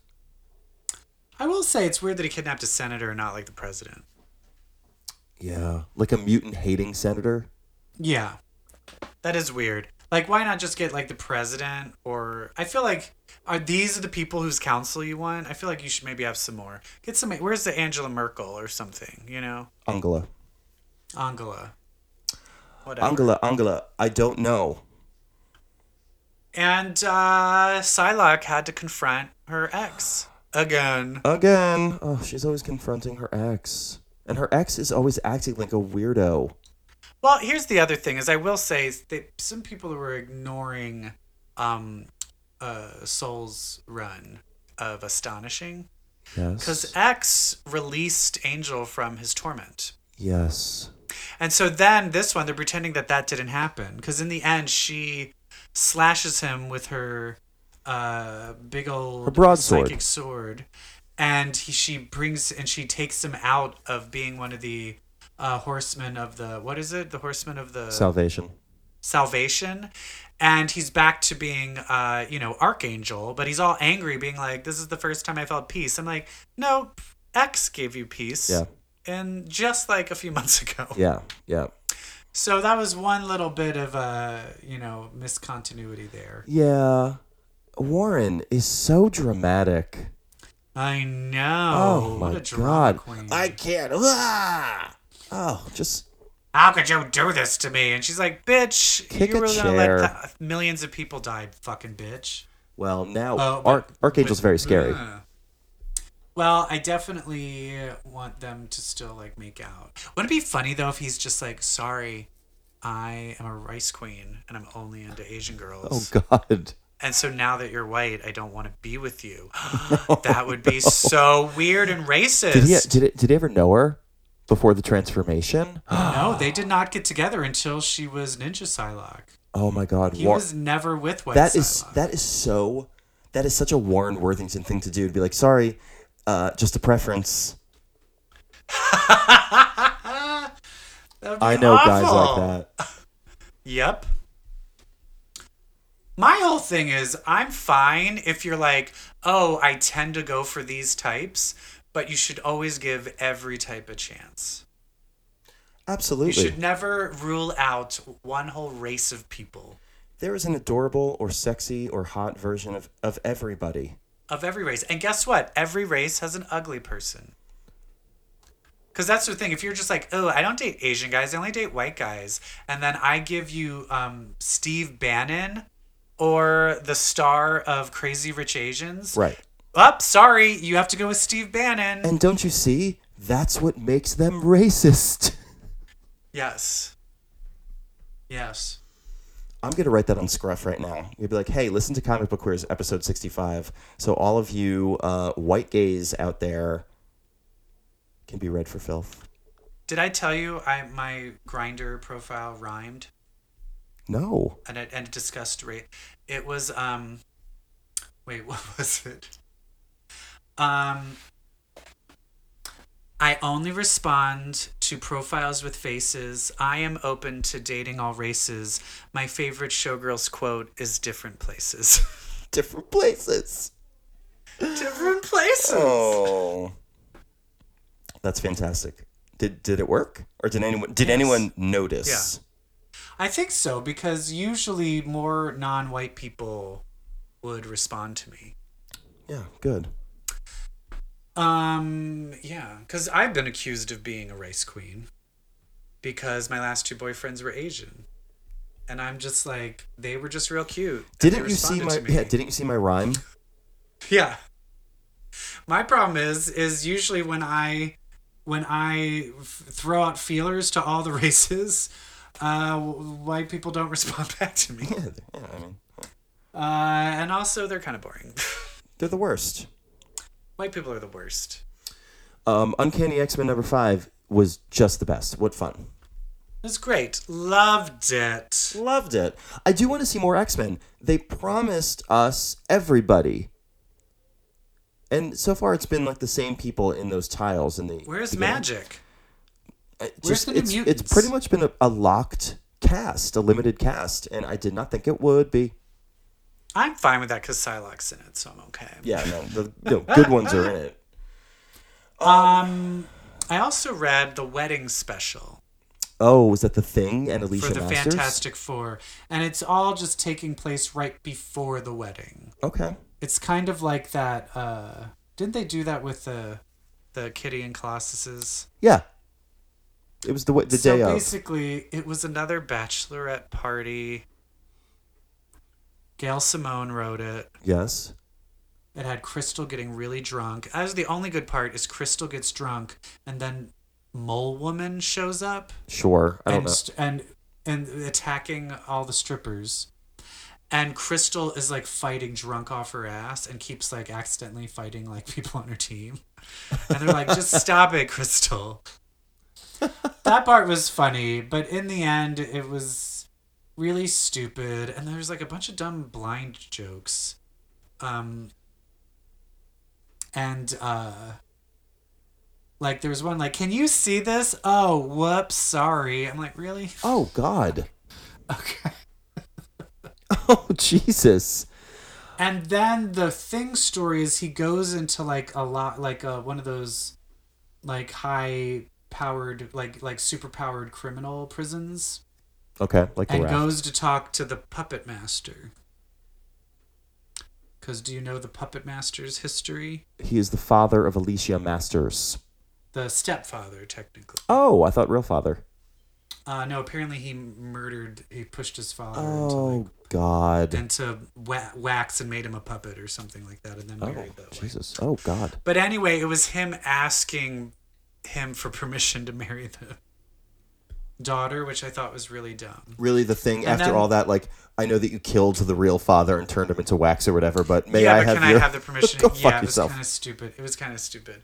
I will say it's weird that he kidnapped a senator and not like the president. Yeah, like a mutant hating senator. Yeah. That is weird. Like, why not just get like the president? Or I feel like are these the people whose counsel you want? I feel like you should maybe have some more. Get some. Where's the Angela Merkel or something? You know, Angela. Angela. Whatever. Angela, Angela, I don't know. And uh, Psylocke had to confront her ex again. Again. Oh, she's always confronting her ex. And her ex is always acting like a weirdo. Well, here's the other thing: is I will say is that some people were ignoring um, uh, Soul's run of astonishing because Yes. X released Angel from his torment, Yes. and so then this one they're pretending that that didn't happen because in the end she slashes him with her uh, big old Her broadsword. psychic sword, and he, she brings and she takes him out of being one of the uh, horsemen of the what is it? The horsemen of the Uh, Salvation. salvation and he's back to being uh you know archangel but he's all angry being like this is the first time i felt peace i'm like no x gave you peace Yeah. and just like a few [laughs] months ago Yeah. Yeah. so that was one little bit of uh you know miscontinuity there Yeah. Warren is so dramatic. i know Oh, what my a drama god. queen I can't. Ah! Oh, just how could you do this to me and she's like bitch Kick you a really gonna let chair. th- millions of people die fucking bitch well, now Oh, but- Arch- Archangel's very scary. Uh. Well, I definitely want them to still like make out. Wouldn't it be funny though if he's just like, "Sorry, I am a rice queen and I'm only into Asian Oh girls, god. and so now that you're white, I don't want to be with [laughs] you." [gasps] that would be so weird and racist. [gasps] Did he did it, did he ever know her before the transformation? no, they did not get together until she was Ninja Psylocke. Oh my god. He War- was never with White that is Psylocke. that is so that is such a Warren Worthington thing to do to be like, "Sorry, uh, just a preference." That'd be I know guys awful. like that. Yep. My whole thing is I'm fine if you're like, oh, I tend to go for these types, but you should always give every type a chance. You Absolutely. should never rule out one whole race of people There is an adorable or sexy or hot version of, of everybody. of every race. And guess what? Every race has an ugly person. Because that's the thing. If you're just like, oh, I don't date Asian guys, I only date white guys, and then I give you um, Steve Bannon or the star of Crazy Rich Asians, Right. Up, sorry, you have to go with Steve Bannon. And don't you see? That's what makes them racist. [laughs] yes. Yes. I'm gonna write that on Scruff right now. You'd be like, "Hey, listen to Comic Book Queers episode 65, so all of you uh, white gays out there can be read for filth." Did I tell you I my grinder profile rhymed No, and it and it discussed rate? It was um wait, [laughs] what was it? Um I only respond to profiles with faces. I am open to dating all races. My favorite showgirls quote is different places. [laughs] different places. different places. Oh, that's fantastic. Did did it work, or did anyone did anyone notice? I think so because usually more non-white people would respond to me. Yeah, good. Um, yeah, because I've been accused of being a race queen because my last two boyfriends were Asian, and I'm just like they were just real cute. and they Didn't you see responded my to me. yeah? Didn't you see my rhyme? [laughs] [laughs] yeah my problem is is usually when i when i f- throw out feelers to all the [laughs] races uh w- white people don't [laughs] respond back to me yeah, yeah, I mean, uh and also they're kind of boring [laughs] they're the worst. white people are the worst Um, Uncanny X Men number five was just the best. What fun! it was great loved it Loved it. I do want to see more X Men. They promised us everybody, and so far it's been like the same people in those tiles. In the where's beginning. magic I Where's Uh, just- the new it's, mutants? It's pretty much been a, a locked cast, a limited cast, and I did not think it would be. i'm fine with that because psylocke's in it so i'm okay Yeah, no, the no, good ones are in it. um i also read the wedding special Oh, was that the thing and Alicia for the Masters? Fantastic Four, and it's all just taking place right before the wedding. Okay. It's kind of like that. Uh, didn't they do that with the the Kitty and Colossuses? Yeah. It was the wa- the so day of. basically, it was another bachelorette party. Gail Simone wrote it. Yes. It had Crystal getting really drunk. As the only good part is Crystal gets drunk, and then Mole Woman shows up Sure. I don't and know. st- and and attacking all the strippers. And Crystal is like fighting drunk off her ass and keeps like accidentally fighting like [laughs] people on her team. And they're like, just stop it, Crystal. that part was funny, but in the end, it was really stupid. And there's like a bunch of dumb blind jokes. Um, and uh, like there was one like, can you see this? Oh, whoops, sorry. I'm like, really? [laughs] Oh God. [laughs] Okay. Oh Jesus. And then the thing story is he goes into like a lot like uh, one of those like high powered like like super powered criminal prisons Okay. Like the and raft. goes to talk to the puppet master. Cuz do you know the puppet master's history? He is the father of Alicia Masters. The stepfather technically. Oh, I thought real father. Uh no, apparently he murdered he pushed his father into like, Oh God. into wa- wax and made him a puppet or something like that and then Oh married that way. Jesus. Oh God. But anyway, it was him asking him for permission to marry the daughter, which I thought was really dumb. Really, the thing after then- all that, like I know that you killed the real father and turned him into wax or whatever, but may yeah, I but have can your I [laughs] have the permission? Go yeah, fuck it was yourself. kind of stupid. It was kind of stupid.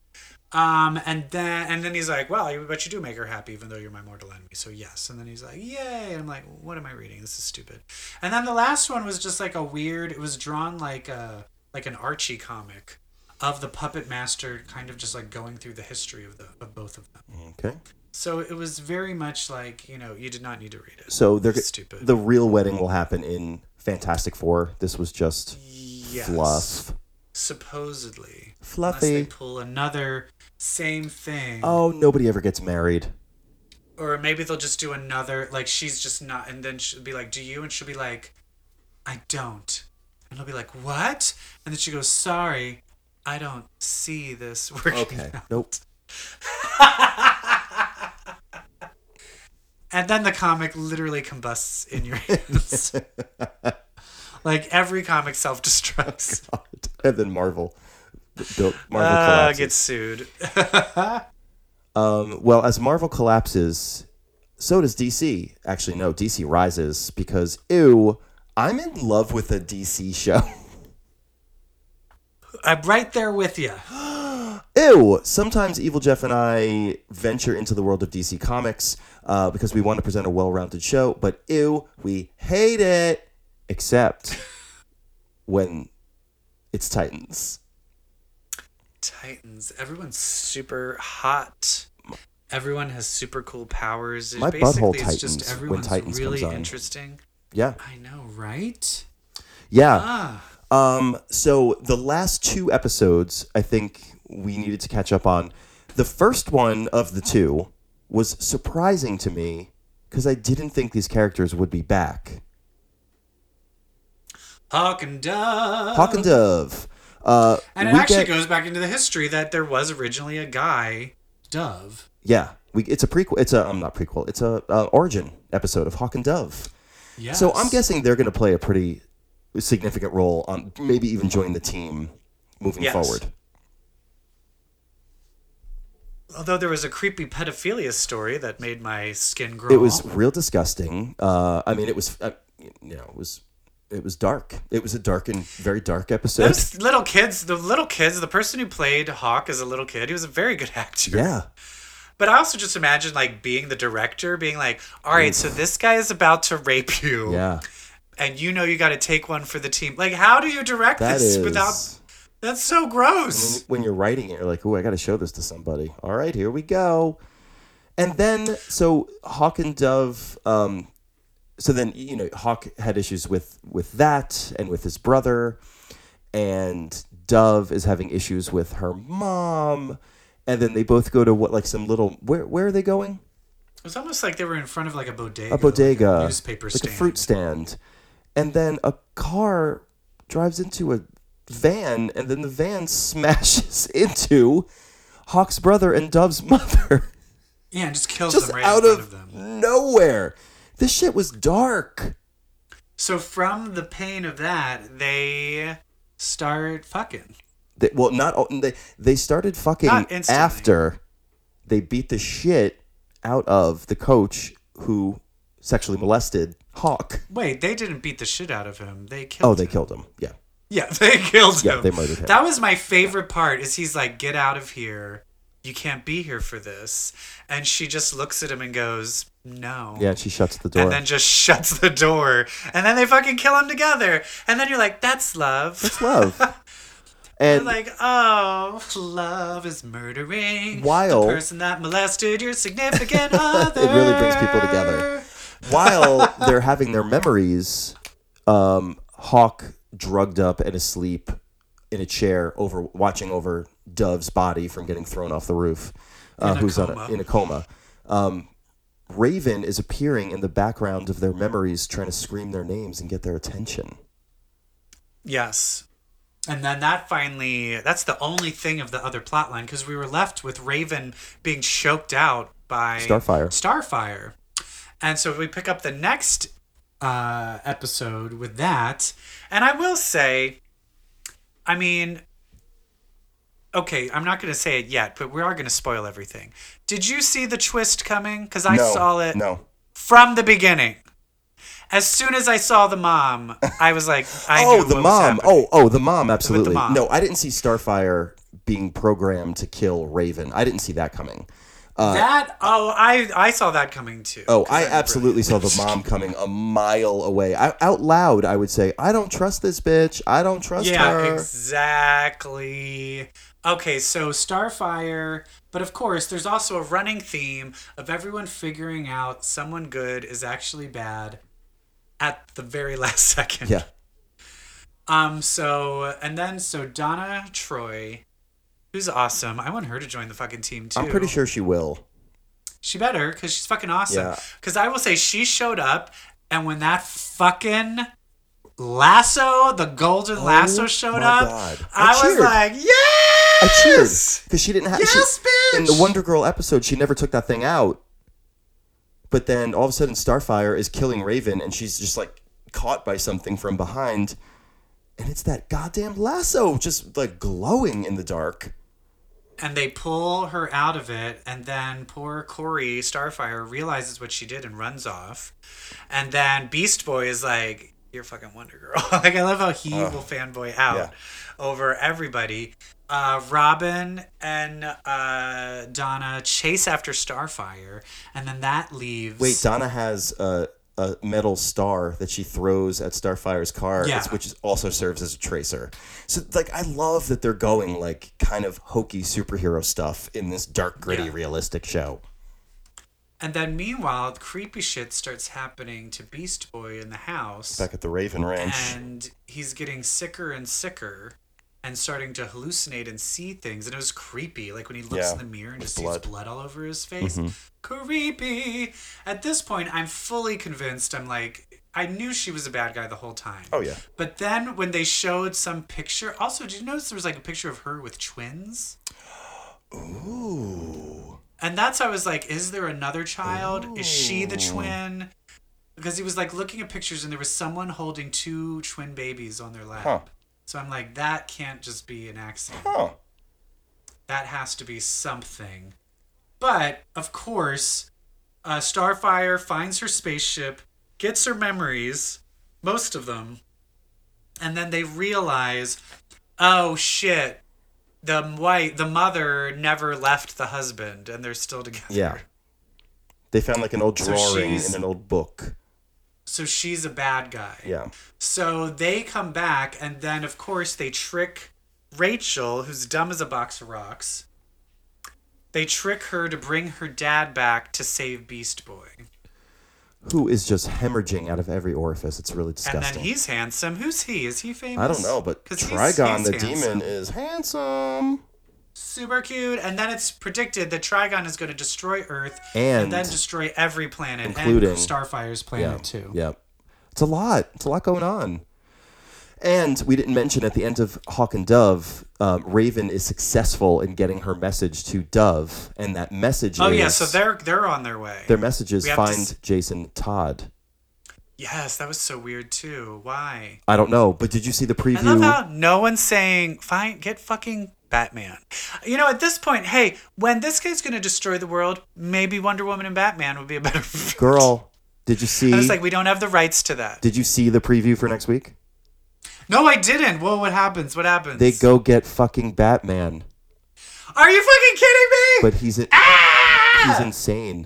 Um, and then and then he's like, "Well, you- but you do make her happy, even though you're my mortal enemy." So yes. And then he's like, "Yay!" And I'm like, "What am I reading? This is stupid." And then the last one was just like a weird. It was drawn like a like an Archie comic of the puppet master, kind of just like going through the history of the of both of them. Okay. So it was very much like you know you did not need to read it. So they're Stupid. the real wedding will happen in Fantastic Four. This was just Yes. fluff. Supposedly. Unless they Fluffy. pull another same thing, Oh, nobody ever gets married. [laughs] or maybe they'll just do another. Like she's just not, and then she'll be like, "Do you?" And she'll be like, "I don't." And he'll be like, "What?" And then she goes, "Sorry, I don't see this working." Okay. Nope. [laughs] And then the comic literally combusts in your [laughs] hands. like every comic self destructs. and then Marvel built Marvel Uh, collapses. gets sued. Um, well, as Marvel collapses, so does DC. Actually, no, DC rises because ew, I'm in love with a DC show. [laughs] I'm right there with you. Ew! Sometimes Evil Jeff and I venture into the world of DC Comics uh, because we want to present a well rounded show, but ew, we hate it! Except when it's Titans. [gasps] Titans. Everyone's super hot. Everyone has super cool powers. It My butthole tightens when everyone's Titans comes really on. interesting. Yeah. I know, right? Yeah. Ah, Um, so the last two episodes, I think we needed to catch up on. The first one of the two was surprising to me because I didn't think these characters would be back. Hawk and Dove. Hawk and Dove. Uh, and it we actually get- goes back into the history that there was originally a guy, Dove. Yeah, we, it's a prequel. It's a um, not prequel. It's a uh, origin episode of Hawk and Dove. Yes. So I'm guessing they're going to play a pretty significant role on maybe even join the team moving Yes. forward. Although there was a creepy pedophilia story that made my skin grow. It was real disgusting. Uh, I mean, it was uh, you know it was it was dark. It was a dark and very dark episode. Those little kids, the little kids, the person who played Hawk as a little kid, he was a very good actor. yeah, But I also just imagine like being the director, being like, all right, so this guy is about to rape you, yeah. and you know you got to take one for the team. Like, how do you direct That this is without? That's so gross. when you're writing it, you're like, "Oh, I got to show this to somebody." All right, here we go. And then, so Hawk and Dove. Um, so then, you know, Hawk had issues with with that and with his brother, and Dove is having issues with her mom. And then they both go to what, like, some little. Where Where are they going? It was almost like they were in front of like a bodega. a bodega, Like a newspaper like stand. a fruit stand, and then a car drives into a van, and then the van [laughs] smashes into Hawk's brother and Dove's [laughs] mother, Yeah, and just kills just them right out in front of, of, them. nowhere. This shit was dark. So from the pain of that, they start fucking. They, well, not all- they. They started fucking Not instantly. after they beat the shit out of the coach who sexually molested Hawk. Wait, they didn't beat the shit out of him. They killed. Oh, they him. killed him. Yeah. Yeah, [laughs] they killed Yeah, him. they murdered him. That was my favorite part. Is he's like, "Get out of here! You can't be here for this," and she just looks at him and goes, "No." Yeah, and she shuts the door. And then just [laughs] shuts the door, and then they fucking kill him together, and then you're like, "That's love." [laughs] It's love. And like, oh, love is murdering While- the person that molested your significant other. [laughs] It really brings people together. [laughs] while they're having Hmm. their memories, um, Hawk drugged up and asleep in a chair over watching over Dove's body from getting thrown off the roof, uh, In a who's on coma. a, in a coma. Um, Raven is appearing in the background of their memories, trying to scream their names and get their attention. Yes. And then that finally, that's the only thing of the other plotline because we were left with Raven being choked out by Starfire. Starfire. And so we pick up the next uh, episode with that. And I will say, I mean, okay, I'm not going to say it yet, but we are going to spoil everything. Did you see the twist coming? Because I saw it No. from the beginning. As soon as I saw the mom, I was like, I oh, knew the what was mom. happening. Oh, oh, the mom. Absolutely. mom. No, I didn't see Starfire being programmed to kill Raven. I didn't see that coming. that oh I I saw that coming too. Uh, Oh, I absolutely saw [laughs] the mom coming a mile away. I, out loud, I would say, "I don't trust this bitch. I don't trust yeah, her." exactly. Okay, so Starfire, but of course, there's also a running theme of everyone figuring out someone good is actually bad at the very [laughs] last second. yeah, Um. So and then so Donna Troy, who's awesome. I want her to join the fucking team too. I'm pretty sure she will. She better, because she's fucking awesome. Yeah. Because I will say, she showed up, and when that fucking lasso, the golden lasso, showed Oh my up, God. I I, was cheered. like, [laughs] I cheered yes! because she didn't have. Yes, she, In the bitch! Wonder Girl episode, she never took that thing out. But then all of a sudden, Starfire is killing Raven, and she's just like caught by something from behind, and it's that goddamn lasso, just like glowing in the dark. And they pull her out of it, and then poor Corey Starfire realizes what she did and runs off. And then Beast Boy is like, You're fucking Wonder Girl. [laughs] like, I love how he will fanboy out yeah. over everybody. Uh, Robin and uh, Donna chase after Starfire, and then that leaves. Wait, Donna has a, a metal star that she throws at Starfire's car, Yeah. it's- which is- also serves as a tracer. So, like, I love that they're going like kind of hokey superhero stuff in this dark, gritty, Yeah. realistic show. And then meanwhile, creepy shit starts happening to Beast Boy in the house. Back at the Raven Ranch, and he's getting sicker and sicker and starting to hallucinate and see things and it was creepy like when he looks Yeah, in the mirror and with just blood. Mm-hmm. sees blood all over his face creepy at this point i'm fully convinced i'm like i knew she was a bad guy the whole time Oh, yeah. but then when they showed some picture also did you notice there was like a picture of her with twins ooh, and that's I was like, is there another child? Is she the twin? Because he was like looking at pictures and there was someone holding two twin babies on their lap. Huh. So I'm like, that can't just be an accident. oh, That has to be something. But of course, uh, Starfire finds her spaceship, gets her memories, most of them, and then they realize, oh shit, the white, the mother never left the husband, and they're still together. yeah. They found like an old So drawing she's- in an old book. So she's a bad guy. Yeah, So they come back, and then of course they trick Rachel, who's dumb as a box of rocks. They trick her to bring her dad back to save Beast Boy, who is just hemorrhaging out of every orifice? It's really disgusting. and then he's handsome. Who's he? Is he famous? I don't know, but 'Cause Trigon the handsome. demon is handsome. super cute. And then it's predicted that Trigon is going to destroy Earth And- then destroy every planet, Including- and Starfire's planet too. Yep. It's a lot. It's a lot going on. And we didn't mention at the end of Hawk and Dove, um, Raven is successful in getting her message to Dove, and that message Oh is yeah, so they're they're on their way. their messages We have to find s- Jason Todd. yes, that was so weird too. Why? I don't know, but did you see the I love preview? how no one's saying, "Fine, get fucking Batman." You know, at this point, hey, when this guy's going to destroy the world, maybe Wonder Woman and Batman would be a better [laughs] fit. Girl, did you see? I was like, we don't have the rights to that. did you see the preview for next week? No, I didn't. Whoa, what happens? What happens? They go get fucking Batman, Are you fucking kidding me? but he's in- he's insane.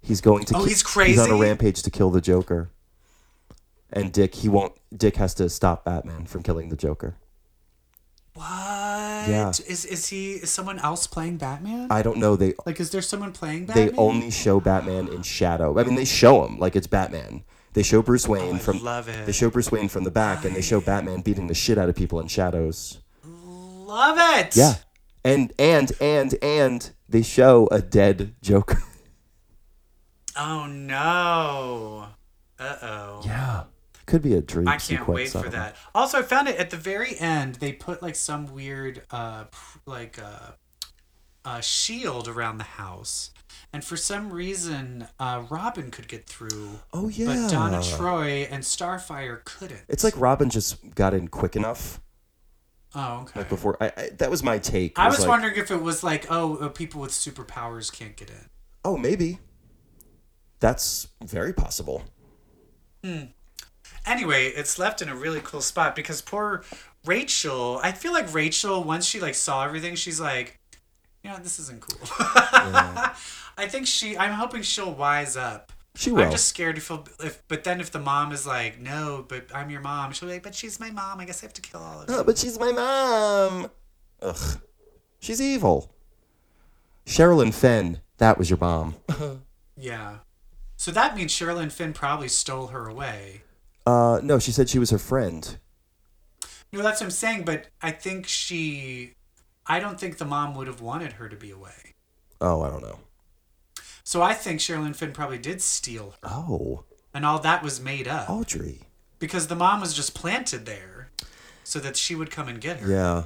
He's going to. Ah! Oh, ki- he's He's on a crazy? rampage to kill the Joker. And Dick, he won't. Dick has to stop Batman from killing the Joker. What? Yeah. Is is he is someone else playing Batman? I don't know. They like, is there someone playing they Batman? only show Batman in shadow. I mean, they show him like it's Batman. They show Bruce Wayne Oh, I from love it. they show Bruce Wayne from the back, and they show Batman beating the shit out of people in shadows. love it. Yeah, and and and and they show a dead Joker. Oh no. Uh oh. Yeah, could be a dream I can't sequence. wait I for don't know. that. Also, I found it at the very end. They put like some weird, uh, pr- like uh, a shield around the house, and for some reason, uh, Robin could get through, Oh yeah, but Donna Troy and Starfire couldn't. It's like Robin just got in quick enough oh, okay. like before. I, I that was my take. I was like, wondering if it was like, oh, uh, people with superpowers can't get in. Oh, maybe. That's very possible. anyway, it's left in a really cool spot because poor Rachel, I feel like Rachel, once she like saw everything, she's like, you know, this isn't cool. [laughs] I think she, I'm hoping she'll wise up. She will. I'm just scared if, he'll- if, but then if the mom is like, no, but I'm your mom, she'll be like, but she's my mom. I guess I have to kill all of you. Oh, [laughs] but she's my mom. Ugh, she's evil. Sherilyn Fenn, that was your mom. [laughs] Yeah. So that means Cheryl and Finn probably stole her away. Uh, no, she said she was her friend. No, that's what I'm saying, but I think she, I don't think the mom would have wanted her to be away. Oh, I don't know. So I think Cheryl and Finn probably did steal her. Oh, and all that was made up Audrey. because the mom was just planted there so that she would come and get her. Yeah,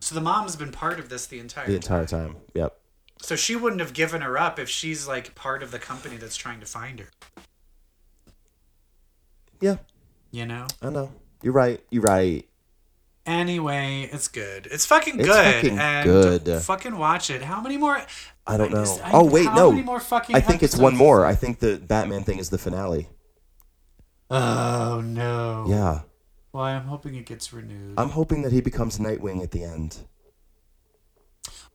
So the mom's been part of this the entire the time. entire time. Yep. So she wouldn't have given her up if she's like part of the company that's trying to find her, Yeah, you know? I know. You're right. You're right. Anyway, it's good. It's fucking It's good. fucking and good. Fucking watch it. How many more? I don't know. just- I- oh wait, how no. many more fucking I think it's one episodes? more. I think the Batman thing is the finale. Oh, no. Yeah. Well, I'm hoping it gets renewed. I'm hoping that he becomes Nightwing at the end.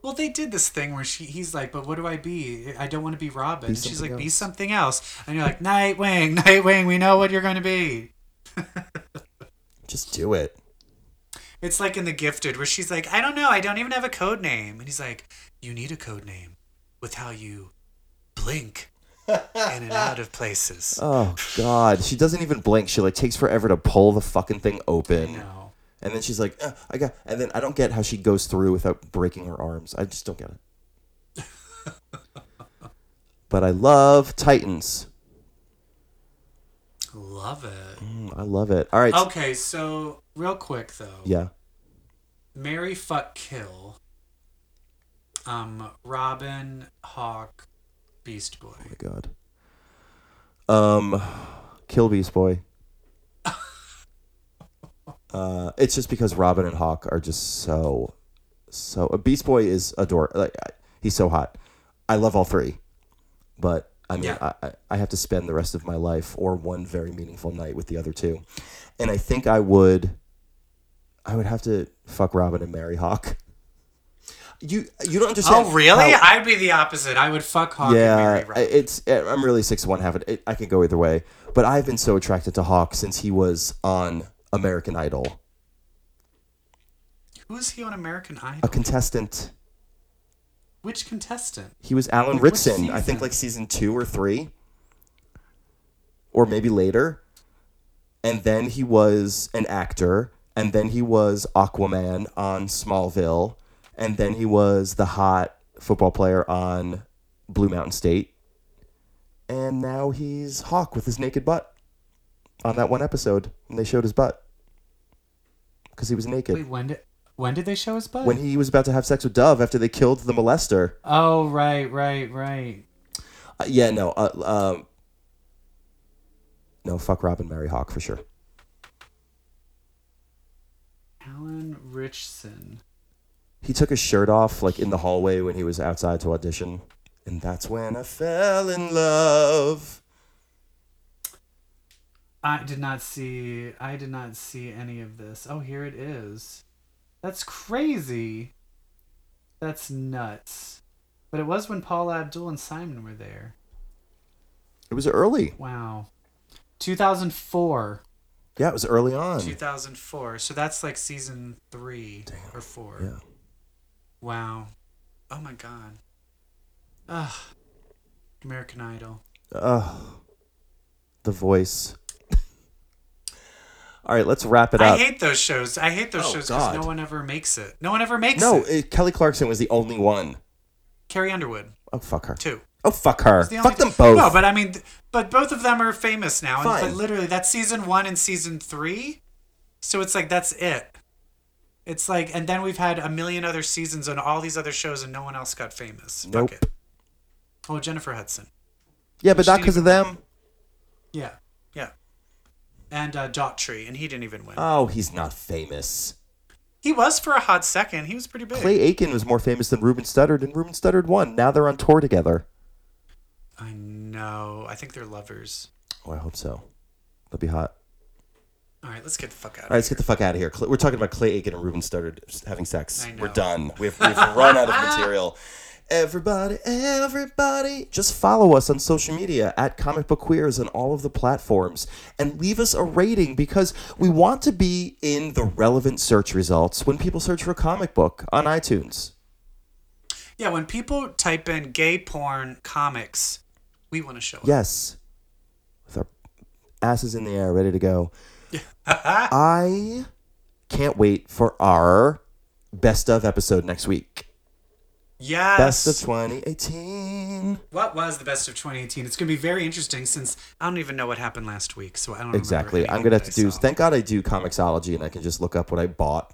Well, they did this thing where she he's like, "But what do I be? I don't want to be Robin." and she's like, something "Be else." something else." And you're like, "Nightwing, [laughs] Nightwing, we know what you're going to be." Just do it. It's like in The Gifted where she's like, "I don't know, I don't even have a code name." And he's like, "You need a code name with how you blink [laughs] in and out of places." Oh God, she doesn't even blink. She like takes forever to pull the fucking thing open, No. and then she's like, "Uh, "I got." And then I don't get how she goes through without breaking her arms. I just don't [laughs] get it. but I love Titans. Love it. Mm, I love it. All right. Okay, so real quick though. Yeah. Mary fuck kill. Um Robin, Hawk, Beast Boy. Oh my God. Um, Kill Beast [laughs] Boy. uh, it's just because Robin and Hawk are just so, so. uh, Beast Boy is ador. Like I- he's so hot. I love all three, but I mean, Yeah. I, I I have to spend the rest of my life or one very meaningful night with the other two, and I think I would. I would have to fuck Robin and marry Hawk. You you don't understand. Oh, really? how- I'd be the opposite. I would fuck Hawk yeah, and marry I- Robin. it's I'm really six one half. It, I can go either way, but I've been so attracted to Hawk since he was on American Idol, Who is he on American Idol? a contestant. Which contestant? He was Alan Which Rickson, I season? think like season two or three, or maybe later. And then he was an actor, and then he was Aquaman on Smallville, and then he was the hot football player on Blue Mountain State, and now he's Hawk with his naked butt on that one episode, and they showed his butt because he was naked Wait, when did when did they show his butt? when he was about to have sex with Dove after they killed the molester. oh, right, right, right. Uh, yeah, no, uh, um, no, fuck Robin, Mary Hawk for sure. Alan Richson. He took his shirt off like in the hallway when he was outside to audition, and that's when I fell in love. I did not see. I did not see any of this. Oh, here it is. That's crazy. That's nuts. But it was when Paul Abdul and Simon were there. It was early. Wow. 2004. Yeah, it was early on. 2004. So that's like season three or four. Yeah. Wow. Oh my god. Ugh. American Idol. Ugh. The voice. [laughs] All right, let's wrap it I up. hate those shows. I hate those Oh, shows because no God. one ever makes it. No one ever makes no, it. uh Kelly Clarkson was the only one. Carrie Underwood, Oh fuck her. too. Oh fuck her. It's the Fuck only- them both. No, but I mean, th- but both of them are famous now. And, Fine. but literally, that's season one and season three. So it's like that's it. It's like, and then we've had a million other seasons on all these other shows, and no one else got famous. Nope. Fuck it. Oh, Jennifer Hudson. yeah, but she not didn't because of them. Yeah, yeah. And uh, Daughtry, and he didn't even win. Oh, he's not famous. he was for a hot second. He was pretty big. Clay Aiken was more famous than Ruben Studdard, and Ruben Studdard won. Now they're on tour together. I know. I think they're lovers. Oh, I hope so. That'd be hot. All right, let's get the fuck out. All right, let's get the fuck out of here. Cl- We're talking about Clay Aiken and Ruben Studdard having sex. I know. We're done. We've, we've run out of material. Everybody, everybody, just follow us on social media at Comic Book Queers on all of the platforms and leave us a rating because we want to be in the relevant search results when people search for a comic book on iTunes. Yeah, when people type in gay porn comics, we want to show up. Yes. With our asses in the air, ready to [laughs] go. I can't wait for our best of episode next week. Yes. Best of 2018. what was the best of 2018? It's going to be very interesting since I don't even know what happened last week, so I don't remember Exactly. I'm going anything to have that to I do, saw. thank God I do Comixology and I can just look up what I bought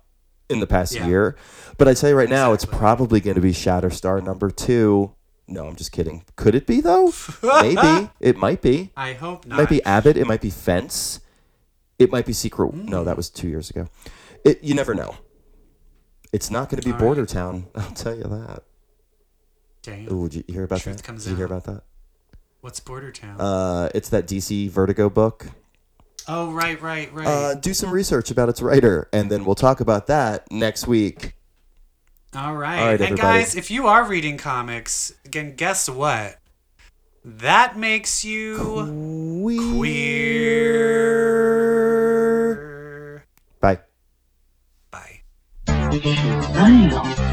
in the past Yeah. year. But I tell you right now, it's probably going to be Shatterstar number two. No, I'm just kidding. Could it be [laughs] though? Maybe. It might be. I hope It not. might be Abbott. It might be Fence. It might be Secret. No, that was two years ago. It, you never know. It's not going to be All right. Border Town. [laughs] I'll tell you that. Damn. Ooh, did you hear about Truth that? comes did you hear out. about that? What's Border Town? Uh, it's that DC Vertigo book. oh, right, right, right. Uh, do some research about its writer, and then we'll talk about that next week. all right. all right, and everybody. guys, if you are reading comics, again, guess what? That makes you queer. Bye. Bye. 나예요.